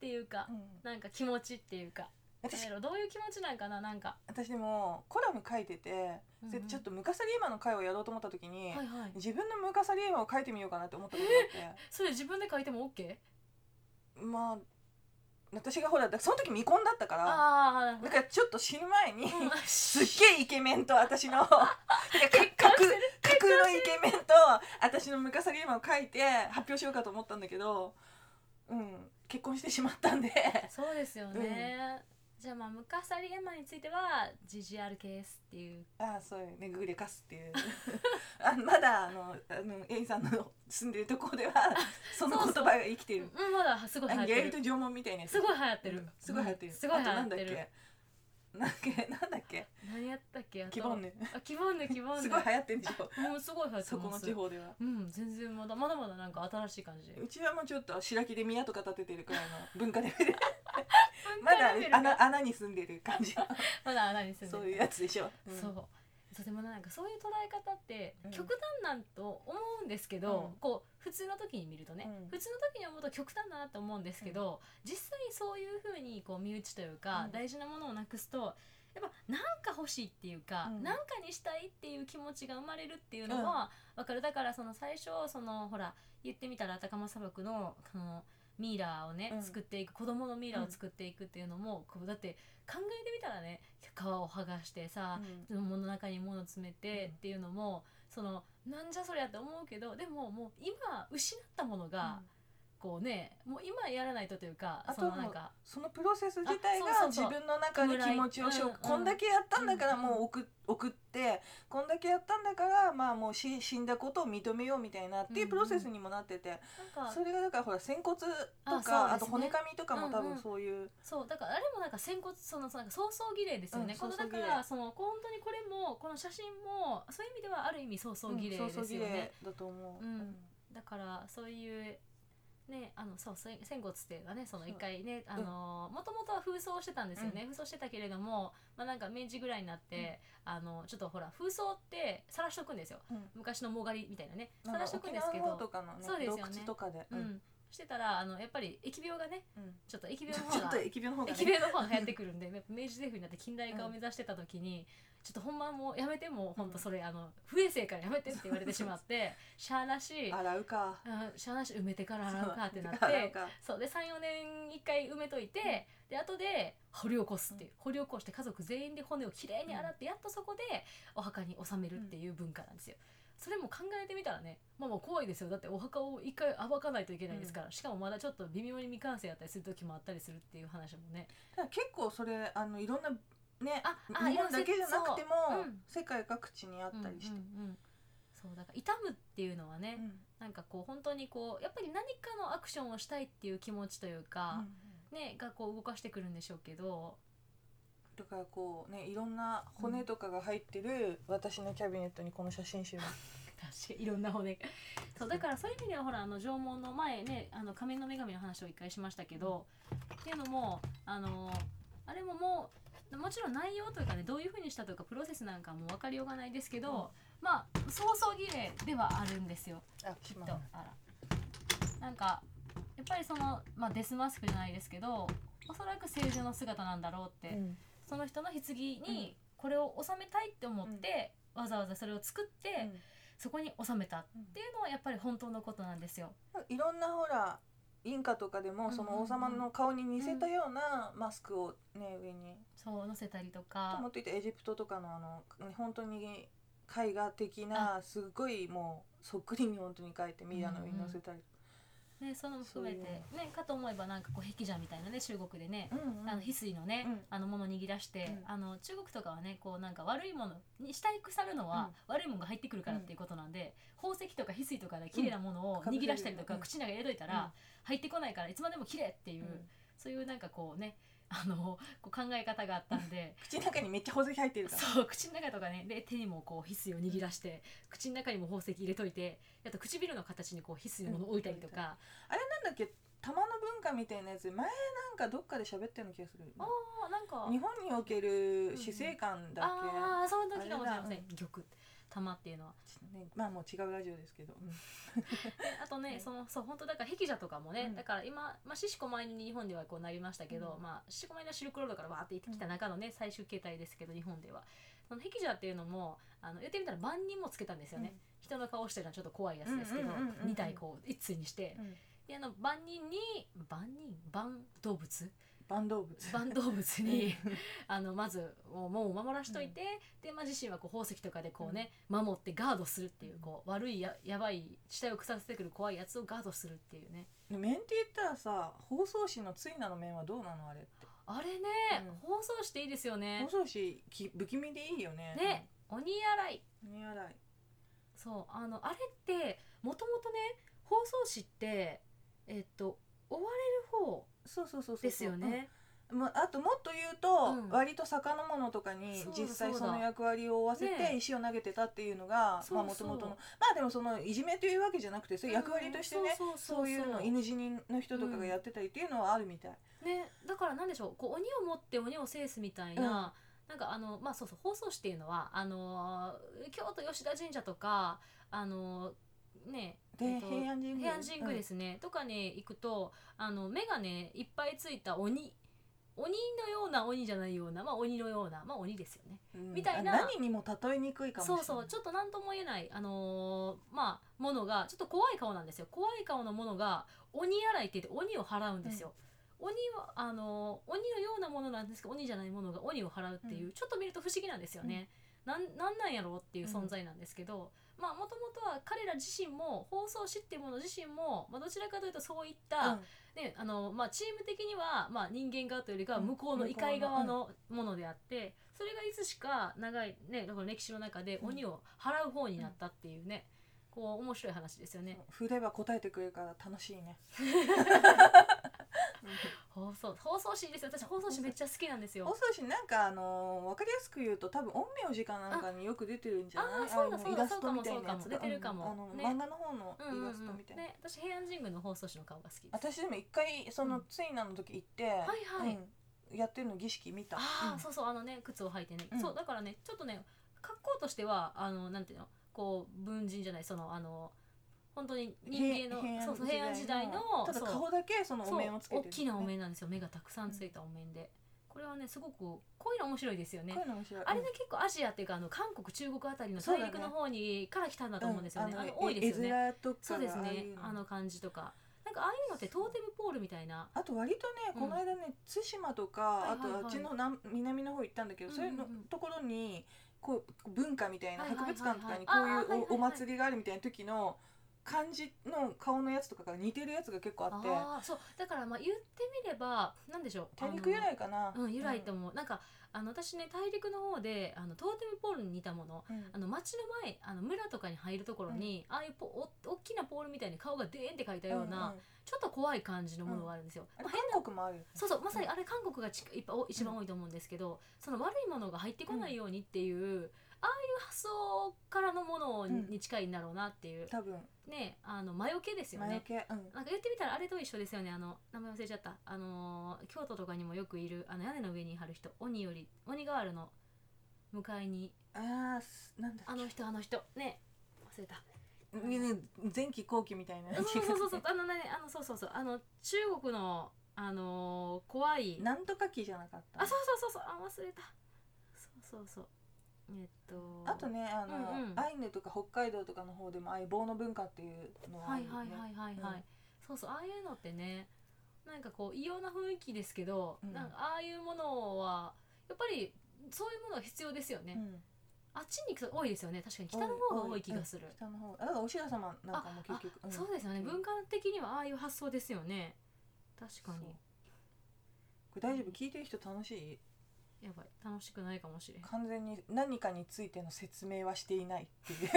Speaker 2: ていうか、
Speaker 1: うん
Speaker 2: なんか気持ちっていうかなん
Speaker 1: 私
Speaker 2: やろどういう気持ちなんかななんか、
Speaker 1: 私でもコラム書いてて、でちょっとムカサリエマの回をやろうと思った時に、
Speaker 2: はいはい
Speaker 1: 自分のムカサリエマを書いてみようかなって思ったことがあっ
Speaker 2: それ自分で書いても OK?
Speaker 1: てまあ私がほらだその時未婚だったから
Speaker 2: ああ
Speaker 1: だからちょっと死ぬ前に、
Speaker 2: うん
Speaker 1: すっげえイケメンと 私のだからか架空架空のイケメンと私のムカサリエマを書いて発表しようかと思ったんだけど、うん、結婚してしまった んで
Speaker 2: そうですよね、じゃあまあムカサリエマについては GGR ケースっていう
Speaker 1: ああそういうねグレカスっていうあまだあのあのエイさんの住んでるとこ ではその言葉が生きてる
Speaker 2: うんまだすごい流行
Speaker 1: あ
Speaker 2: っ
Speaker 1: ゲ
Speaker 2: て
Speaker 1: ール
Speaker 2: る
Speaker 1: と縄文みたいなやつ
Speaker 2: すごい流行ってる
Speaker 1: すごい流行ってる、
Speaker 2: うんすごい流
Speaker 1: あと
Speaker 2: 行
Speaker 1: な
Speaker 2: っ
Speaker 1: んだって
Speaker 2: る
Speaker 1: けなんだっけなんだっけ
Speaker 2: 何やったっけあと
Speaker 1: キボンヌ
Speaker 2: あ希望ね希望ね
Speaker 1: すごい流行ってんでしょ
Speaker 2: もうすごい流行ってます
Speaker 1: そこの地方では
Speaker 2: うん全然まだまだまだなんか新しい感じ
Speaker 1: うちはもうちょっと白木で宮とか建ててるくらいの文化レ ベルまだ穴穴に住んでる感じの
Speaker 2: まだ穴に住んで
Speaker 1: そう
Speaker 2: る
Speaker 1: いうやつでしょ、うん
Speaker 2: そうそうでもなんかそういう捉え方って
Speaker 1: うん
Speaker 2: 極端なんと思うんですけど、
Speaker 1: うん
Speaker 2: こう普通の時に見るとね、
Speaker 1: うん
Speaker 2: 普通の時に思うと極端だなって思うんですけど、実際そういう風にこう身内というか、
Speaker 1: うん
Speaker 2: 大事なものをなくすとやっぱなんか欲しいっていうか、
Speaker 1: うん
Speaker 2: なんかにしたいっていう気持ちが生まれるっていうのはわかる、だからその最初そのほら言ってみたらアタカマ砂漠のこのミイラーをね、
Speaker 1: うん
Speaker 2: 作っていく子供のミイラーを作っていくっていうのも、こうだって考えてみたらね皮を剥がしてさ、
Speaker 1: う
Speaker 2: そ
Speaker 1: ん
Speaker 2: の物の中に物を詰めて
Speaker 1: うん
Speaker 2: っていうのも、そのなんじゃそりゃって思うけどでももう今失ったものが、こうねもう今やらないとというか
Speaker 1: あと
Speaker 2: そのなんか
Speaker 1: そのプロセス自体
Speaker 2: あ
Speaker 1: が
Speaker 2: そうそうそ
Speaker 1: 自
Speaker 2: う
Speaker 1: 分の中で気持ちをし
Speaker 2: 弔
Speaker 1: ょ、
Speaker 2: いうんうん
Speaker 1: こんだけやったんだから
Speaker 2: うん
Speaker 1: もう送送ってこんだけやったんだからまあもうし死んだことを認めようみたいなっていうプロセスにもなってて、
Speaker 2: なんか
Speaker 1: それがだからほら仙骨とか
Speaker 2: あそう
Speaker 1: あ,、
Speaker 2: ですね
Speaker 1: と骨髪とかも多
Speaker 2: うんう
Speaker 1: 分
Speaker 2: ん
Speaker 1: そういう、
Speaker 2: そうだからあれもなんか仙骨そのなんか葬送儀礼ですよね、
Speaker 1: うん
Speaker 2: この
Speaker 1: 葬
Speaker 2: だ
Speaker 1: 送
Speaker 2: か
Speaker 1: 儀礼
Speaker 2: らその本当にこれもこの写真もそういう意味ではある意味葬送儀礼です
Speaker 1: そう
Speaker 2: よ
Speaker 1: そう儀
Speaker 2: ね
Speaker 1: 礼。だと思う、
Speaker 2: うんだからそういうねあのそうせん仙骨っていうのはねその
Speaker 1: そう
Speaker 2: 一回ねあのもともとは風葬してたんですよね、風葬してたけれどもまあなんか明治ぐらいになって、あのちょっとほら風葬ってさらしとくんですよ
Speaker 1: うん
Speaker 2: 昔のもがりみたいなねさ
Speaker 1: なんから
Speaker 2: しとくんですけ
Speaker 1: 沖縄の方
Speaker 2: ど
Speaker 1: とかのね
Speaker 2: そうですよね
Speaker 1: 洞窟とかで、
Speaker 2: うん、してたらあのやっぱり疫病がね
Speaker 1: うん
Speaker 2: ちょっと疫
Speaker 1: ち
Speaker 2: 病の
Speaker 1: ょ
Speaker 2: 方
Speaker 1: ちょっ
Speaker 2: が
Speaker 1: と疫病の方が
Speaker 2: 駅
Speaker 1: ね
Speaker 2: 弁の方が流行ってくるんで明治政府になって近代化を目指してた時に、ちょっとほんまもうやめても本当それ、あの不衛生からやめてって言われてしまってしゃあなし、うん、
Speaker 1: 洗うか
Speaker 2: しゃあなし埋めてから洗うかってなっ
Speaker 1: 洗う
Speaker 2: て
Speaker 1: か
Speaker 2: そうで34年一回埋めといて、で後で掘り起こすっていう、掘り起こして家族全員で骨をきれいに洗って、やっとそこでお墓に納めるっていう文化なんですよ。それも考えてみたらね、まあ、もう怖いですよだってお墓を一回暴かないといけないですから、しかもまだちょっと微妙に未完成やったりする時もあったりするっていう話もね
Speaker 1: ただ結構それあのいろんなね
Speaker 2: ああ
Speaker 1: 日本だけじゃなくても、
Speaker 2: そううん
Speaker 1: 世界各地にあったりして、
Speaker 2: うんうんうんそうだから痛むっていうのはね、
Speaker 1: うん
Speaker 2: なんかこう本当にこうやっぱり何かのアクションをしたいっていう気持ちという
Speaker 1: う
Speaker 2: か、
Speaker 1: ん
Speaker 2: ねがこう動かしてくるんでしょうけど、
Speaker 1: だからこうねいろんな骨とかが入ってる私のキャビネットにこの写真集も
Speaker 2: 確かにいろんな骨がそうだからそういう意味ではほらあの縄文の前ねあの仮面の女神の話を一回しましたけど、っていうのもあのあれももうもちろん内容というかねどういうふうにしたというかプロセスなんかも分かりようがないですけど、まあ葬送儀礼ではあるんですよ。
Speaker 1: あきっ
Speaker 2: とあらなんかやっぱりその、まあ、デスマスクじゃないですけどおそらく聖女の姿なんだろうって、
Speaker 1: うん
Speaker 2: その人の棺にこれを収めたいって思って、わざわざそれを作って、そこに収めたっていうのはやっぱり本当のことなんですよ。
Speaker 1: いろんなほらインカとかで
Speaker 2: うんうんう
Speaker 1: も
Speaker 2: ん
Speaker 1: その王様の顔に似せたようなマスクをね上に
Speaker 2: そう載せたりと
Speaker 1: と
Speaker 2: か
Speaker 1: 思っていてエジプトとかのあの本当に絵画的なすっごいもうそっくりに本当に描いてミイラの上に載せたり、
Speaker 2: ねそういうのも含めて
Speaker 1: そう
Speaker 2: ねかと思えばなんかこう壁じゃみたいなね中国でね
Speaker 1: うんうん
Speaker 2: あの翡翠のね、
Speaker 1: うん
Speaker 2: あのもの握らして、
Speaker 1: うん
Speaker 2: あの中国とかはねこうなんか悪いものに下に腐るのは、悪いものが入ってくるからっていうことなんで、宝石とか翡翠とかで綺麗なものを
Speaker 1: うん
Speaker 2: 握らしたりとか、
Speaker 1: うん
Speaker 2: 口の中に入れといた
Speaker 1: うん
Speaker 2: ら、入ってこないからいつまでも綺麗っていう、
Speaker 1: うん
Speaker 2: そういうなんかこうねあのこう考え方があったんで
Speaker 1: 口の中にめっちゃ宝石入ってるか ら
Speaker 2: そう口の中とかねで手にもこう翡翠を握らして、口の中にも宝石入れといてあと唇の形にこう翡翠のものを置いたりとか、
Speaker 1: あれなんだっけ玉の文化みたいなやつ前なんかどっかで喋ってるの気がする
Speaker 2: ああなんか
Speaker 1: 日本における死生観だっけ、
Speaker 2: ああその時かもしれませ
Speaker 1: あれ
Speaker 2: ん玉玉っていうのは
Speaker 1: ちょっとねまあもう違うラジオですけど、うん
Speaker 2: あとね、
Speaker 1: はい
Speaker 2: そのそう本当だから壁者とかもね、
Speaker 1: うん
Speaker 2: だから今、まあ、シシコマイヌに日本ではこうなりましたけど、
Speaker 1: うん
Speaker 2: まあ、シシコマイヌはシルクロードからわーって行ってきた中のね、最終形態ですけど日本ではその壁者っていうのもあの言ってみたら万人もつけたんですよね、人の顔してるのはちょっと怖いやつですけど、
Speaker 1: うんうんうんうんうん
Speaker 2: 2体こう一対にして
Speaker 1: うん
Speaker 2: であの万人に万人万動 物
Speaker 1: バンドウブ
Speaker 2: 万動物にあのまずもう門を守らしといて、で、まあ、自身はこう宝石とかでこうね、守ってガードするっていうこう悪いややばい死体を腐らせてくる怖いやつをガードするっていうね
Speaker 1: 面って言ったらさ包装紙のついなの面はどうなのあれって
Speaker 2: あれね、
Speaker 1: うん
Speaker 2: 放送していいですよね
Speaker 1: 包。装紙き不気味でいいよね
Speaker 2: ね、鬼洗い。
Speaker 1: うん見洗い
Speaker 2: そう、あの、あれって、もともとね、包装紙って、えっと、追われる方
Speaker 1: そうそうそうそう
Speaker 2: ですよね。
Speaker 1: うんまああともっと言うと、
Speaker 2: うん
Speaker 1: 割と坂のものとかに
Speaker 2: そうだ
Speaker 1: 実際
Speaker 2: そう
Speaker 1: そ
Speaker 2: だ
Speaker 1: の役割を負わせ
Speaker 2: ね
Speaker 1: て石を投げてたっていうのが、
Speaker 2: そう
Speaker 1: まあ
Speaker 2: そ
Speaker 1: 元
Speaker 2: う
Speaker 1: 々のまあでもそのいじめというわけじゃなくてそういう役割としてね、
Speaker 2: うん
Speaker 1: そういうの犬死人の人とかがやってたりっていうのはあるみたい、
Speaker 2: ね、だからなんでしょう、こう鬼を持って鬼を制すみたいな、なんかあの、まあそうそう、包装紙っていうのは、あのー、京都吉田神社とか、あのー、ね、えっ
Speaker 1: で
Speaker 2: と
Speaker 1: 平安神宮
Speaker 2: 平安神宮ですね、とかね行くとあの目がねいっぱいついた鬼鬼のような鬼じゃないようなまあ鬼のようなまあ鬼ですよね
Speaker 1: うん
Speaker 2: みたいな
Speaker 1: あ何にも例えにくいかもしれ
Speaker 2: そ
Speaker 1: な
Speaker 2: うそう
Speaker 1: い
Speaker 2: ちょっと何とも言えないあのーまあものがちょっと怖い顔なんですよ怖い顔のものが鬼洗いって言って鬼を払うんですよ、鬼はあのー鬼のようなものなんですけど鬼じゃないものが鬼を払うっていう、
Speaker 1: うん
Speaker 2: ちょっと見ると不思議なんですよね、なんなんなんやろうっていう存在なんですけど、まあもともとは彼ら自身も放送師っていうもの自身も、まあ、どちらかというとそういった、
Speaker 1: うん
Speaker 2: ねあのまあ、チーム的には、まあ、人間側というよりかは
Speaker 1: うん
Speaker 2: 向こうの
Speaker 1: 向
Speaker 2: 異
Speaker 1: こうの
Speaker 2: 界側のものであって、それがいつしか長い、ね、だから歴史の中で
Speaker 1: うん
Speaker 2: 鬼を払う方になったっていうね、こう面白い話ですよね。
Speaker 1: 筆は答えてくれるから楽しい ね
Speaker 2: 放送放送誌ですよ私放送誌めっちゃ好きなんです
Speaker 1: 放
Speaker 2: よ。
Speaker 1: 送紙なんかあのーわかりやすく言うと多分陰陽師かなんかによく出てるんじゃない
Speaker 2: ああーそうだ
Speaker 1: の
Speaker 2: そうだ
Speaker 1: イラストみたいなや
Speaker 2: そう
Speaker 1: つ
Speaker 2: かもそうかも出てるかも
Speaker 1: あの、
Speaker 2: ね
Speaker 1: 漫画の方の
Speaker 2: うんうん
Speaker 1: イ
Speaker 2: う
Speaker 1: ラスト
Speaker 2: ん
Speaker 1: みたいな、
Speaker 2: ね、私平安神宮の放送誌の顔が好きです。
Speaker 1: 私でも一回そうの
Speaker 2: ん
Speaker 1: ついなの時行って、
Speaker 2: はいはい
Speaker 1: うんやってるの儀式見た
Speaker 2: ああ、
Speaker 1: うん
Speaker 2: そうそうあのね靴を履いてね、
Speaker 1: うん
Speaker 2: そうだからねちょっとね格好としてはあのなんていうのこう文人じゃないそのあの本当に人間の
Speaker 1: へ
Speaker 2: そうそう平安時代の
Speaker 1: ただ
Speaker 2: そう
Speaker 1: 顔だけそのお面をつけて
Speaker 2: そう
Speaker 1: る
Speaker 2: 大きなお面なんですよ目がたくさんついたお面で、これはねすごくこういうの面白いですよね
Speaker 1: こういうの面白い
Speaker 2: あれね結構アジアっていうかあの韓国中国あたりの大陸の方にから来たんだと思うんですよね、あの多いですよね
Speaker 1: 絵面とか
Speaker 2: そうです
Speaker 1: ああい
Speaker 2: ね
Speaker 1: うの
Speaker 2: あの感じとかなんかああいうのってトーテムポールみたいな
Speaker 1: あと割とね
Speaker 2: うん
Speaker 1: この間ね対馬とか、
Speaker 2: いはいはい
Speaker 1: あとあっちの南南の方行ったんだけど、
Speaker 2: うんう
Speaker 1: そ
Speaker 2: ん
Speaker 1: う
Speaker 2: う
Speaker 1: い
Speaker 2: ん
Speaker 1: うのところにこうこう文化みたいな
Speaker 2: はいはい
Speaker 1: 博
Speaker 2: はいはい
Speaker 1: 物館とかにこ
Speaker 2: あー
Speaker 1: う
Speaker 2: はいはい
Speaker 1: い
Speaker 2: は
Speaker 1: う
Speaker 2: い
Speaker 1: おお祭りがあるみたいな時の感じの顔のやつとかが似てるやつが結構あって
Speaker 2: ああそうだからまあ言ってみればなんでしょう
Speaker 1: 大陸由来かな
Speaker 2: あのうん由来とも、うなんかあの私ね大陸の方であのトーテムポールに似たもの
Speaker 1: うんうん
Speaker 2: あの町の前あの村とかに入るところに、ああいうポお大きなポールみたいに顔がデーンって描いたような、
Speaker 1: んん
Speaker 2: ちょっと怖い感じのものがあるんですよ。
Speaker 1: あれ
Speaker 2: まあ変な
Speaker 1: 韓国もあるよね
Speaker 2: そうそうまさにあれ韓国がちいっぱいお一番多いと思うんですけど、その悪いものが入ってこないようにっていう、ああいう発想からのものに
Speaker 1: うん
Speaker 2: に近いんだろうなっていう、
Speaker 1: 多分
Speaker 2: ねあの魔除けですよ
Speaker 1: 魔除
Speaker 2: ね。
Speaker 1: けうん
Speaker 2: なんか言ってみたらあれと一緒ですよねあの名前忘れちゃったあのー京都とかにもよくいるあの屋根の上に貼る人鬼より鬼ガールの向かいに
Speaker 1: ああなんだ
Speaker 2: あの人あの人ね忘れ た
Speaker 1: うん前期後期みたいな
Speaker 2: そうそうそうそうあのねあのそうそうそうあの中国のあのー怖い
Speaker 1: なんとか期じゃなかった
Speaker 2: あそうそうそうそうあ忘れたそうそうそうえっと
Speaker 1: あとねあの、
Speaker 2: うんうん
Speaker 1: アイヌとか北海道とかの方でもああいう棒の文化っていうのはあ
Speaker 2: は
Speaker 1: る
Speaker 2: い
Speaker 1: よね
Speaker 2: はいはいはいはい、
Speaker 1: うん
Speaker 2: そうそうああいうのってねなんかこう異様な雰囲気ですけど、
Speaker 1: うん
Speaker 2: なんかああいうものはやっぱりそういうものが必要ですよね、
Speaker 1: うん
Speaker 2: あっちに行くと多いですよね確かに北の方が多い気がする
Speaker 1: うん、北の方だからお白様なんかも結局、ん
Speaker 2: そうですよね、
Speaker 1: うん
Speaker 2: 文化的にはああいう発想ですよね確か
Speaker 1: そう
Speaker 2: に
Speaker 1: これ大丈夫聞いてる人楽しい
Speaker 2: やばい楽しくないかもしれん
Speaker 1: 完全に何かについての説明はしていないっていう で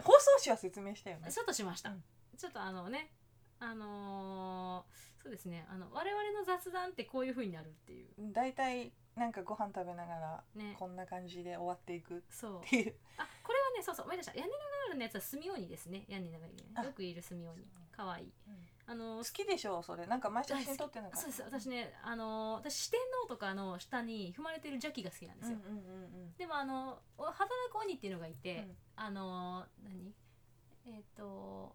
Speaker 1: も放送紙は説明したよね
Speaker 2: ちょっとしました、
Speaker 1: うん
Speaker 2: ちょっとあのねあのーそうですねあの我々の雑談ってこういう風になるっていう
Speaker 1: 大体なんかご飯食べながら
Speaker 2: ね
Speaker 1: こんな感じで終わっていくっ
Speaker 2: そう
Speaker 1: ていう
Speaker 2: あこれねそうそう思い出した屋根のガールのやつは住み鬼ですね屋根のガールね
Speaker 1: あ
Speaker 2: よくいる住み鬼可愛いあの
Speaker 1: 好きでしょそれなんか毎写真撮ってなかった
Speaker 2: そうです私ねあの私四天王とかの下に踏まれてる邪気が好きなんです
Speaker 1: うんう
Speaker 2: よ、
Speaker 1: んうん
Speaker 2: でもあのお働く鬼っていうのがいて、
Speaker 1: うん
Speaker 2: あの何えっ、と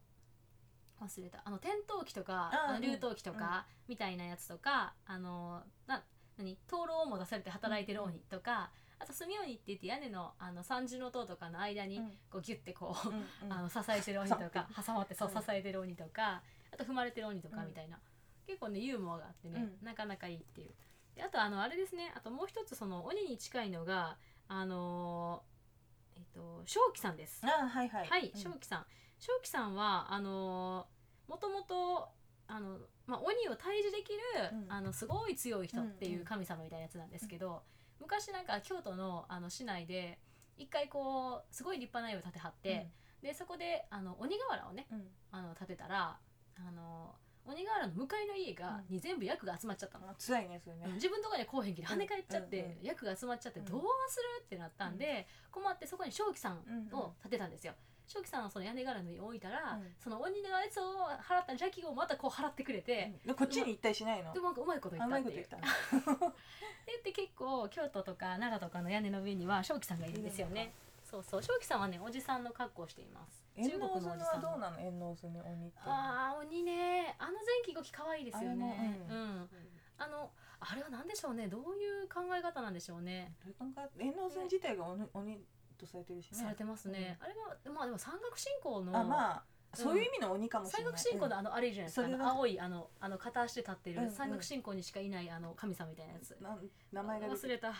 Speaker 2: 忘れたあの転倒期とかあ
Speaker 1: あう
Speaker 2: の
Speaker 1: ん
Speaker 2: 竜頭期とか、みたいなやつとかあのな何灯籠をも出されて働いてる鬼とか、あと住鬼って言って屋根のあの三重の塔とかの間に
Speaker 1: うん
Speaker 2: こうギュッてこう、
Speaker 1: うんうん
Speaker 2: あの支えてる鬼と か挟まってそう
Speaker 1: うん
Speaker 2: 支えてる鬼とかあと踏まれてる鬼とか
Speaker 1: うん
Speaker 2: みたいな、結構ねユーモアがあってね、
Speaker 1: う
Speaker 2: なかなかいいっていうであとあのあれですねあともう一つその鬼に近いのがあのーえっと正気さんです
Speaker 1: あはいはい
Speaker 2: はい、
Speaker 1: うん
Speaker 2: 正気さん正気さんはあのーもともとあの、まあ、鬼を退治できる、
Speaker 1: うん
Speaker 2: あのすごい強い人って
Speaker 1: うん
Speaker 2: いううん神様みたいなやつなんですけど、昔なんか京都のあの市内で一回こうすごい立派な家を建てはって、でそこであの鬼瓦をね
Speaker 1: うん
Speaker 2: あの建てたらあの鬼瓦の向かいの家が、
Speaker 1: うん
Speaker 2: に全部役が集まっちゃったの。
Speaker 1: あ辛いねそれね
Speaker 2: 自分のとこにはこうへんきで跳ね返っちゃって、
Speaker 1: うんうん
Speaker 2: 役が集まっちゃって
Speaker 1: うん
Speaker 2: どうするってなったんで、困ってそこに正気さんを建てたんですよ。正気さんをその屋根柄の上に置いたら、
Speaker 1: うん
Speaker 2: その鬼のやつを払った邪気をまたこう払ってくれて、
Speaker 1: でこっちに行ったりしないの
Speaker 2: でもなんかうまいこと言
Speaker 1: あ
Speaker 2: っ
Speaker 1: ん
Speaker 2: た
Speaker 1: ま
Speaker 2: っ
Speaker 1: り
Speaker 2: てい
Speaker 1: こと
Speaker 2: う。
Speaker 1: 言っ
Speaker 2: で
Speaker 1: た
Speaker 2: 言って結構京都とか奈良とかの屋根の上には正気さんがいるんですよ
Speaker 1: いる
Speaker 2: ねそ
Speaker 1: の。
Speaker 2: うそう正気さんはねおじさんの格好をしています。
Speaker 1: 縁の
Speaker 2: のお
Speaker 1: 爪
Speaker 2: じさん
Speaker 1: はどうなの縁の爪鬼って
Speaker 2: ああ鬼ねあの前期動き可愛いですよね。
Speaker 1: あれ
Speaker 2: うん、あのあれは何でしょうねどういう考え方なんでしょうね。
Speaker 1: なんか縁の爪自体が鬼鬼とされてるしね
Speaker 2: されてますね、あれはまあでも山岳信仰の
Speaker 1: あまあ
Speaker 2: うん
Speaker 1: そういう意味の鬼かもしれ
Speaker 2: 山
Speaker 1: ない
Speaker 2: 岳信仰のあのあれじゃないですか、
Speaker 1: それ
Speaker 2: あ
Speaker 1: は
Speaker 2: の青いあのあの片足で立って
Speaker 1: うんう
Speaker 2: る
Speaker 1: ん
Speaker 2: 山岳信仰にしかいないあの神様みたいなやつ、
Speaker 1: な名前が出て
Speaker 2: 忘れた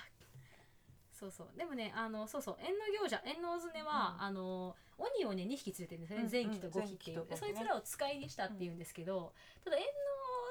Speaker 2: そうそうでもねあのそうそう縁の行者縁の爪は、
Speaker 1: うん
Speaker 2: あの鬼をね2匹連れてるんですね、
Speaker 1: うん
Speaker 2: 前期と後期っていう、
Speaker 1: 前鬼と後期ね
Speaker 2: そいつらを使いにしたっていうんですけど、ただ縁の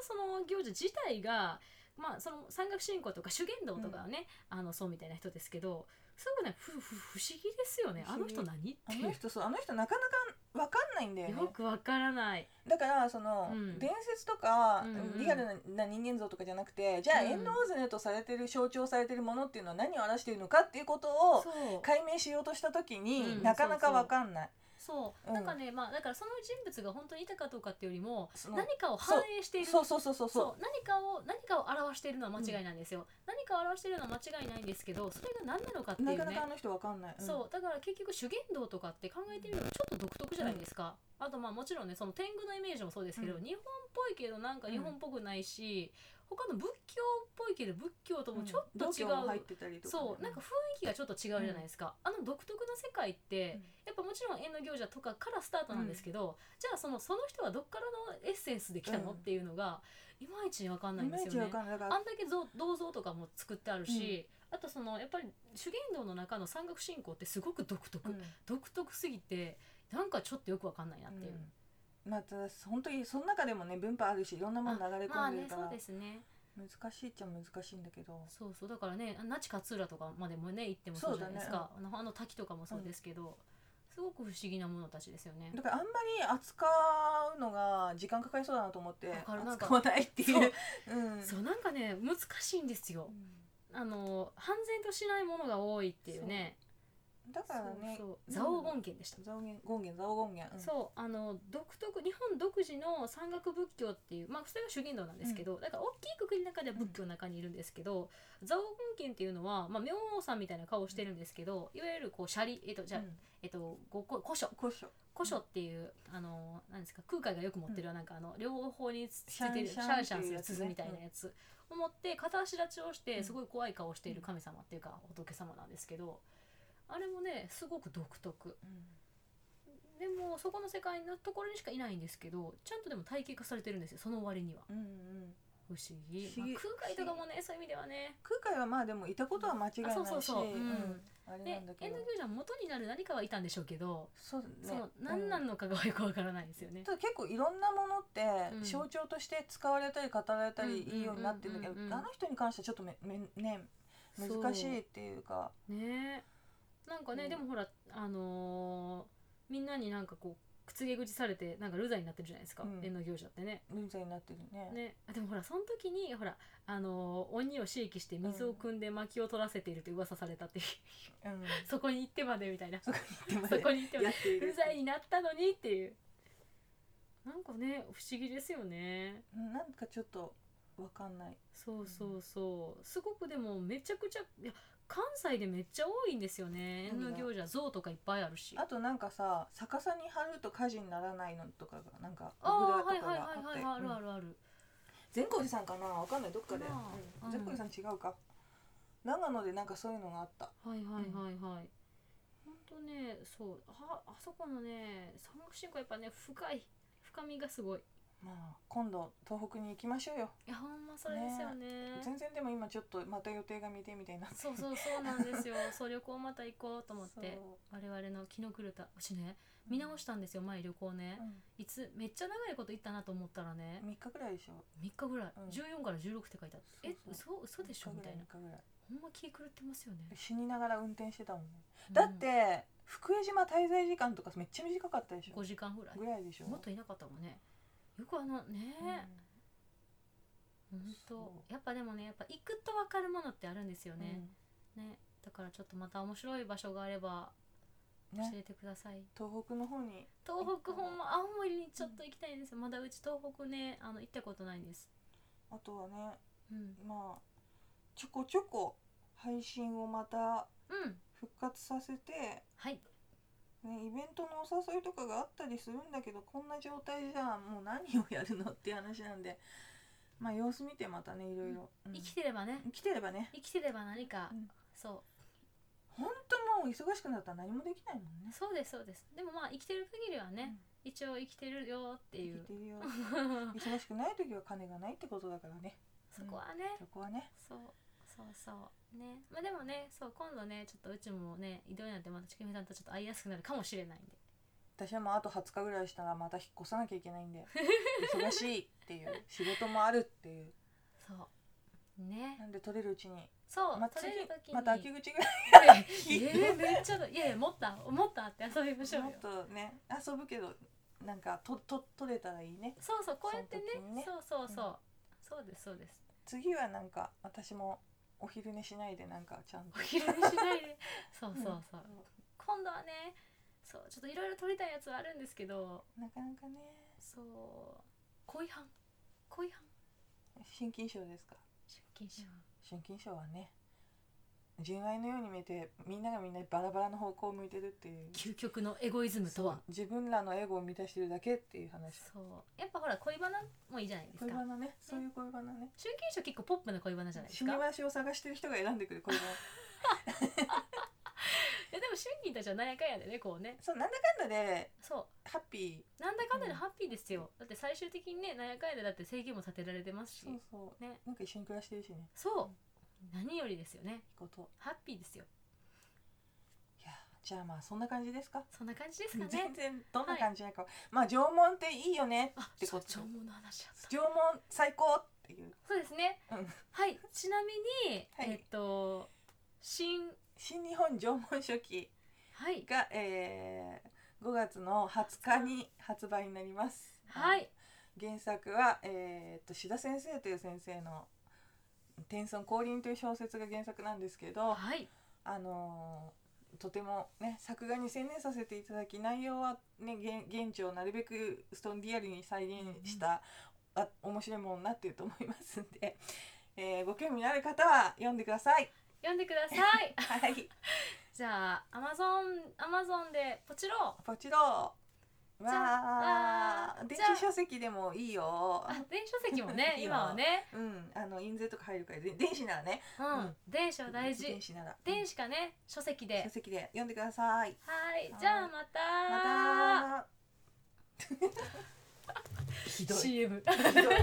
Speaker 2: その行者自体がまあその山岳信仰とか修験道とかはね、あのそうみたいな人ですけどすごくねふふ不思議ですよね
Speaker 1: 不
Speaker 2: あ
Speaker 1: 思
Speaker 2: の
Speaker 1: 議
Speaker 2: 人何って
Speaker 1: あ
Speaker 2: いう
Speaker 1: の人そうあの人なかなかわかんないんだよね
Speaker 2: よくわからない。
Speaker 1: だからその、
Speaker 2: うん
Speaker 1: 伝説とか、
Speaker 2: うんうん
Speaker 1: リアルな人間像とかじゃなくてじゃあ
Speaker 2: うん
Speaker 1: エンドーズネとされてる象徴されてるものっていうのは何を表しているのかっていうことを
Speaker 2: そう。
Speaker 1: 解明しようとした時に、
Speaker 2: うん
Speaker 1: なかなかわかんない。
Speaker 2: そう。
Speaker 1: うん
Speaker 2: なんかね、まあだからその人物が本当にいたかどうかっていうよりも、
Speaker 1: その
Speaker 2: 何かを反映している。
Speaker 1: そうそうそうそう
Speaker 2: そ
Speaker 1: そう
Speaker 2: 何かを何かを表しているのは間違いなんですよ、何かを表しているのは間違いないんですけどそれが何なのかって
Speaker 1: う
Speaker 2: いうね
Speaker 1: なかなかあの人わかんない。うん
Speaker 2: そうだから結局修験道とかって考えてみるとちょっと独特じゃないですか、あとまあもちろんねその天狗のイメージもそうですけど、
Speaker 1: うん
Speaker 2: 日本っぽいけどなんか日本っぽくないし、他の仏教っぽいけど仏教ともちょっと違う、
Speaker 1: 度胸も入ってたりとかね、
Speaker 2: そうなんか雰囲気がちょっと違うじゃないですか、あの独特の世界って、
Speaker 1: うん
Speaker 2: やっぱもちろん縁の行者とかからスタートなんですけど、じゃあそのその人はどっからのエッセンスで来たの、
Speaker 1: うん
Speaker 2: っていうのがいまいちわかんないん
Speaker 1: イ
Speaker 2: で
Speaker 1: メ
Speaker 2: す
Speaker 1: ー
Speaker 2: よ
Speaker 1: ジわ
Speaker 2: ね。
Speaker 1: かんないだから
Speaker 2: あんだけ像銅像とかも作ってあるし、あとそのやっぱり修験道の中の山岳信仰ってすごく独特、
Speaker 1: うん
Speaker 2: 独特すぎてなんかちょっとよくわかんないなっていう。
Speaker 1: うんまあただ本当にその中でもね分派あるしいろんなもの流れ
Speaker 2: ま
Speaker 1: 込
Speaker 2: あ
Speaker 1: んで
Speaker 2: ね
Speaker 1: るか
Speaker 2: そう
Speaker 1: ら、
Speaker 2: ですね
Speaker 1: 難しいっちゃ難しいんだけど
Speaker 2: そうそうだからね那智勝浦とかまでもね行ってもそうじゃないですか、あのあの滝とかもそうですけど、すごく不思議なものたちですよね。
Speaker 1: だからあんまり扱うのが時間かかりそうだなと思って
Speaker 2: わかるなんか
Speaker 1: 扱わないっていう
Speaker 2: そう
Speaker 1: う、ん、
Speaker 2: そうなんかね難しいんですよ。あの半然としないものが多いっていうね。
Speaker 1: だからね
Speaker 2: そうそう蔵王権でした。
Speaker 1: 蔵王権権現蔵王権現、うん、
Speaker 2: そうあの独特日本独自の山岳仏教っていうまあそれが修験道なんですけど、だから大きい国の中では仏教の中にいるんですけど、蔵王権っていうのはまあ明王さんみたいな顔をしてるんですけど、いわゆるこうシャリえっとじゃあ、
Speaker 1: うん
Speaker 2: えっとごこ古書
Speaker 1: 古書
Speaker 2: 古書っていう、あのなんですか空海がよく持ってる、なんかあの両方につつ
Speaker 1: シャン
Speaker 2: いてるシ
Speaker 1: シャン
Speaker 2: ャンシャン
Speaker 1: ってい
Speaker 2: す
Speaker 1: う
Speaker 2: る
Speaker 1: やつね
Speaker 2: 鈴みたいなやつを持って片足立ちをし
Speaker 1: う
Speaker 2: て
Speaker 1: ん
Speaker 2: すごい怖い顔をしている神様っていうか仏様なんですけどあれもねすごく独特でもそこの世界のところにしかいないんですけどちゃんとでも体系化されてるんですよその割には
Speaker 1: うんうん、
Speaker 2: 不思議
Speaker 1: 不思議
Speaker 2: まあ、空海とかもねそういう意味ではね
Speaker 1: 空海はまあでもいたことは間違いないし
Speaker 2: あそうそうそううん
Speaker 1: んあれ
Speaker 2: で
Speaker 1: なんだけ
Speaker 2: 遠
Speaker 1: ど
Speaker 2: 藤牛ゃん元になる何かはいたんでしょうけど、
Speaker 1: そうね
Speaker 2: その何な
Speaker 1: うん
Speaker 2: のかがよくわからないですよね、
Speaker 1: ただ結構いろんなものって
Speaker 2: うん
Speaker 1: 象徴として使われたり語られたり
Speaker 2: うん
Speaker 1: いいようになってるんだけ
Speaker 2: うんうんうんうん
Speaker 1: どあの人に関してはちょっとめめね
Speaker 2: そう
Speaker 1: 難しいっていうか
Speaker 2: ねえなんかね、
Speaker 1: うん
Speaker 2: でもほらあのーみんなになんかこうつげ口されてなんかルザになってるじゃないですか、
Speaker 1: うん
Speaker 2: 縁の行者ってね。
Speaker 1: うんざになってるね
Speaker 2: ね、あでもほらその時にほらあのー鬼を刺激して水を汲んで薪を取らせているという噂されたっていう、
Speaker 1: うん
Speaker 2: そこに行ってまでみたいな
Speaker 1: そこに行って
Speaker 2: そ
Speaker 1: ま
Speaker 2: こに行って
Speaker 1: で
Speaker 2: ま
Speaker 1: や
Speaker 2: で
Speaker 1: っている
Speaker 2: うざいになったのにっていうなんかね不思議ですよね
Speaker 1: うんなんかちょっとわかんない
Speaker 2: そうそうそうすごくでもめちゃくちゃいや関西でめっちゃ多いんですよね縁
Speaker 1: 何が
Speaker 2: の行者像とかいっぱいあるし
Speaker 1: あとなんかさ逆さに貼ると火事にならないのとかがなんか
Speaker 2: ああ
Speaker 1: 小
Speaker 2: は
Speaker 1: 札
Speaker 2: い
Speaker 1: と
Speaker 2: は
Speaker 1: か
Speaker 2: い
Speaker 1: が
Speaker 2: はいはい
Speaker 1: あ
Speaker 2: あ
Speaker 1: ってう
Speaker 2: るあ
Speaker 1: ん
Speaker 2: るある
Speaker 1: 善光寺さんかなわかんないどっかで
Speaker 2: かな
Speaker 1: うん
Speaker 2: うん
Speaker 1: 善光寺さん違うか長野でなんかそういうのがあった
Speaker 2: はいはいはいはい、ほんとねそうああそこのね三国志はやっぱね深い深みがすごい
Speaker 1: まあ今度東北に行きましょうよ
Speaker 2: いやほんまそれですよね
Speaker 1: 全然でも今ちょっとまた予定が見てみたいになって
Speaker 2: そうそうそうなんです よそう旅行また行こうと思って
Speaker 1: そう
Speaker 2: 我々の気の狂った私ね見直したんですよ前旅行ね
Speaker 1: うん
Speaker 2: いつめっちゃ長いこと行ったなと思ったらね
Speaker 1: 3日ぐらいでしょ
Speaker 2: 3日ぐらい、
Speaker 1: うん
Speaker 2: 14から16って書いてあったえ
Speaker 1: そう
Speaker 2: 嘘嘘でしょみたいな
Speaker 1: 3日ぐらい
Speaker 2: ほんま気狂ってますよね
Speaker 1: 死にながら運転してたもんねだっ、て福江島滞在時間とかめっちゃ短かったでし
Speaker 2: うん
Speaker 1: ょ
Speaker 2: 5時間ぐらい
Speaker 1: ぐらいでしょ
Speaker 2: もっといなかったもんねよくあのね
Speaker 1: うん
Speaker 2: ほん
Speaker 1: そ
Speaker 2: とやっぱでもねやっぱ行くと分かるものってあるんですよね、ねだからちょっとまた面白い場所があれば
Speaker 1: うん
Speaker 2: 教
Speaker 1: ね
Speaker 2: えてください、
Speaker 1: 東北の方に
Speaker 2: 東北ほんま青森にちょっと行きたいんですよまだうち東北ねあの行ったことないんです
Speaker 1: あとはね
Speaker 2: うん、
Speaker 1: まあちょこちょこ配信をまた
Speaker 2: うん、
Speaker 1: 復活させて、
Speaker 2: はい
Speaker 1: ね、イベントのお誘いとかがあったりするんだけどこんな状態じゃもう何をやるのっていう話なんでまあ様子見てまたねいろいろ、うん
Speaker 2: 生きてればね
Speaker 1: 生きてればね
Speaker 2: 生きてれば何か、
Speaker 1: うん
Speaker 2: そ
Speaker 1: 本当もう忙しくなったら何もできないもん
Speaker 2: う
Speaker 1: ね
Speaker 2: そうですそうですでもまあ生きてる限りはね、一応生きてるよって
Speaker 1: 生
Speaker 2: い
Speaker 1: き
Speaker 2: う
Speaker 1: てるよ 忙しくない時は金がないってことだからね
Speaker 2: そこはね、
Speaker 1: そこはね
Speaker 2: そうそうそうねまあでもねそう今度ねちょっとうちもね移動になってまたちくみさんとちょっと会いやすくなるかもしれないんで
Speaker 1: 私はもうあと20日ぐらいしたらまた引っ越さなきゃいけない んで忙しいっていう仕事もあるっていう
Speaker 2: そうね
Speaker 1: なんで取れるうちに
Speaker 2: そう、
Speaker 1: まあ
Speaker 2: 取れる時
Speaker 1: 次
Speaker 2: に
Speaker 1: ま た秋口ぐらい
Speaker 2: えー、めっちゃだいやいやもっともっとあ って遊びましょう
Speaker 1: も
Speaker 2: よ
Speaker 1: っとね遊ぶけどなんかとと取れたらいいね
Speaker 2: そうそうこうやってね
Speaker 1: その時にね
Speaker 2: そうそうそう、
Speaker 1: う
Speaker 2: そうですそうです
Speaker 1: 次はなんか私もお昼寝しないでなんかちゃんと
Speaker 2: お昼寝しない でそうそうそう、
Speaker 1: う
Speaker 2: 今度はねそうちょっといろいろ撮りたいやつはあるんですけど
Speaker 1: んなかなかね
Speaker 2: そう恋犯恋犯
Speaker 1: 心筋症ですか
Speaker 2: 出勤者
Speaker 1: 心筋症はね純愛のように見えてみんながみんなバラバラの方向を向いてるっていう
Speaker 2: 究極のエゴイズムとは
Speaker 1: 自分らのエゴを満たしてるだけっていう話
Speaker 2: そうやっぱほら恋バナもいいじゃないです
Speaker 1: 恋
Speaker 2: か
Speaker 1: バナねそういう恋バナね
Speaker 2: 出勤者結構ポップな恋バナじゃないです
Speaker 1: 死に
Speaker 2: か
Speaker 1: 場所を探してる人が選んでくる恋バナ
Speaker 2: え でも出勤たちはなんやかんやでねこうね
Speaker 1: そうなんだかんだで
Speaker 2: そ
Speaker 1: ハッピ
Speaker 2: うなんだかんだでハッピーですよ、だって最終的にねなんやかんやでだって制限も立てられてますし
Speaker 1: ーそうそう
Speaker 2: ね
Speaker 1: なんか一緒に暮らしてるしね
Speaker 2: そう何よりですよね
Speaker 1: いいこと
Speaker 2: ハッピーですよ
Speaker 1: いやじゃあまあそんな感じですか
Speaker 2: そんな感じですかね
Speaker 1: 全然どんな感じなのか、まあ縄文っていいよね
Speaker 2: あ
Speaker 1: て
Speaker 2: そ
Speaker 1: こ
Speaker 2: う
Speaker 1: と
Speaker 2: 縄文の話やった
Speaker 1: 縄文最高っていう
Speaker 2: そうですね、
Speaker 1: うん
Speaker 2: はいちなみに、
Speaker 1: はい
Speaker 2: えっと新
Speaker 1: 新日本縄文書紀
Speaker 2: はい
Speaker 1: が、えー、5月の20日に発売になります
Speaker 2: はい
Speaker 1: 原作は、えー、と志田先生という先生の「天孫降臨」という小説が原作なんですけど、
Speaker 2: はい
Speaker 1: あのーとてもね作画に専念させていただき内容はね現現地をなるべくストーンディアルに再現した、あ面白いものになっていると思いますんで、えーご興味のある方は読んでください。
Speaker 2: 読んでください
Speaker 1: はい、
Speaker 2: じゃあアマゾンアマゾンでポチロ
Speaker 1: ポチロー
Speaker 2: じゃあわ
Speaker 1: わ
Speaker 2: ー
Speaker 1: ー電
Speaker 2: じゃあ
Speaker 1: 子書籍でもいいよ
Speaker 2: あ。電子書籍もね
Speaker 1: いいよ
Speaker 2: 今はね
Speaker 1: うん、あの印税とか入るからで電子ならね
Speaker 2: うん、
Speaker 1: うん
Speaker 2: 電子は大事
Speaker 1: 電子なら
Speaker 2: 電子かね書籍
Speaker 1: 書
Speaker 2: で
Speaker 1: 籍で読んでください。
Speaker 2: はい
Speaker 1: はい
Speaker 2: じゃあまた
Speaker 1: また。ひどい。
Speaker 2: CM
Speaker 1: ひどい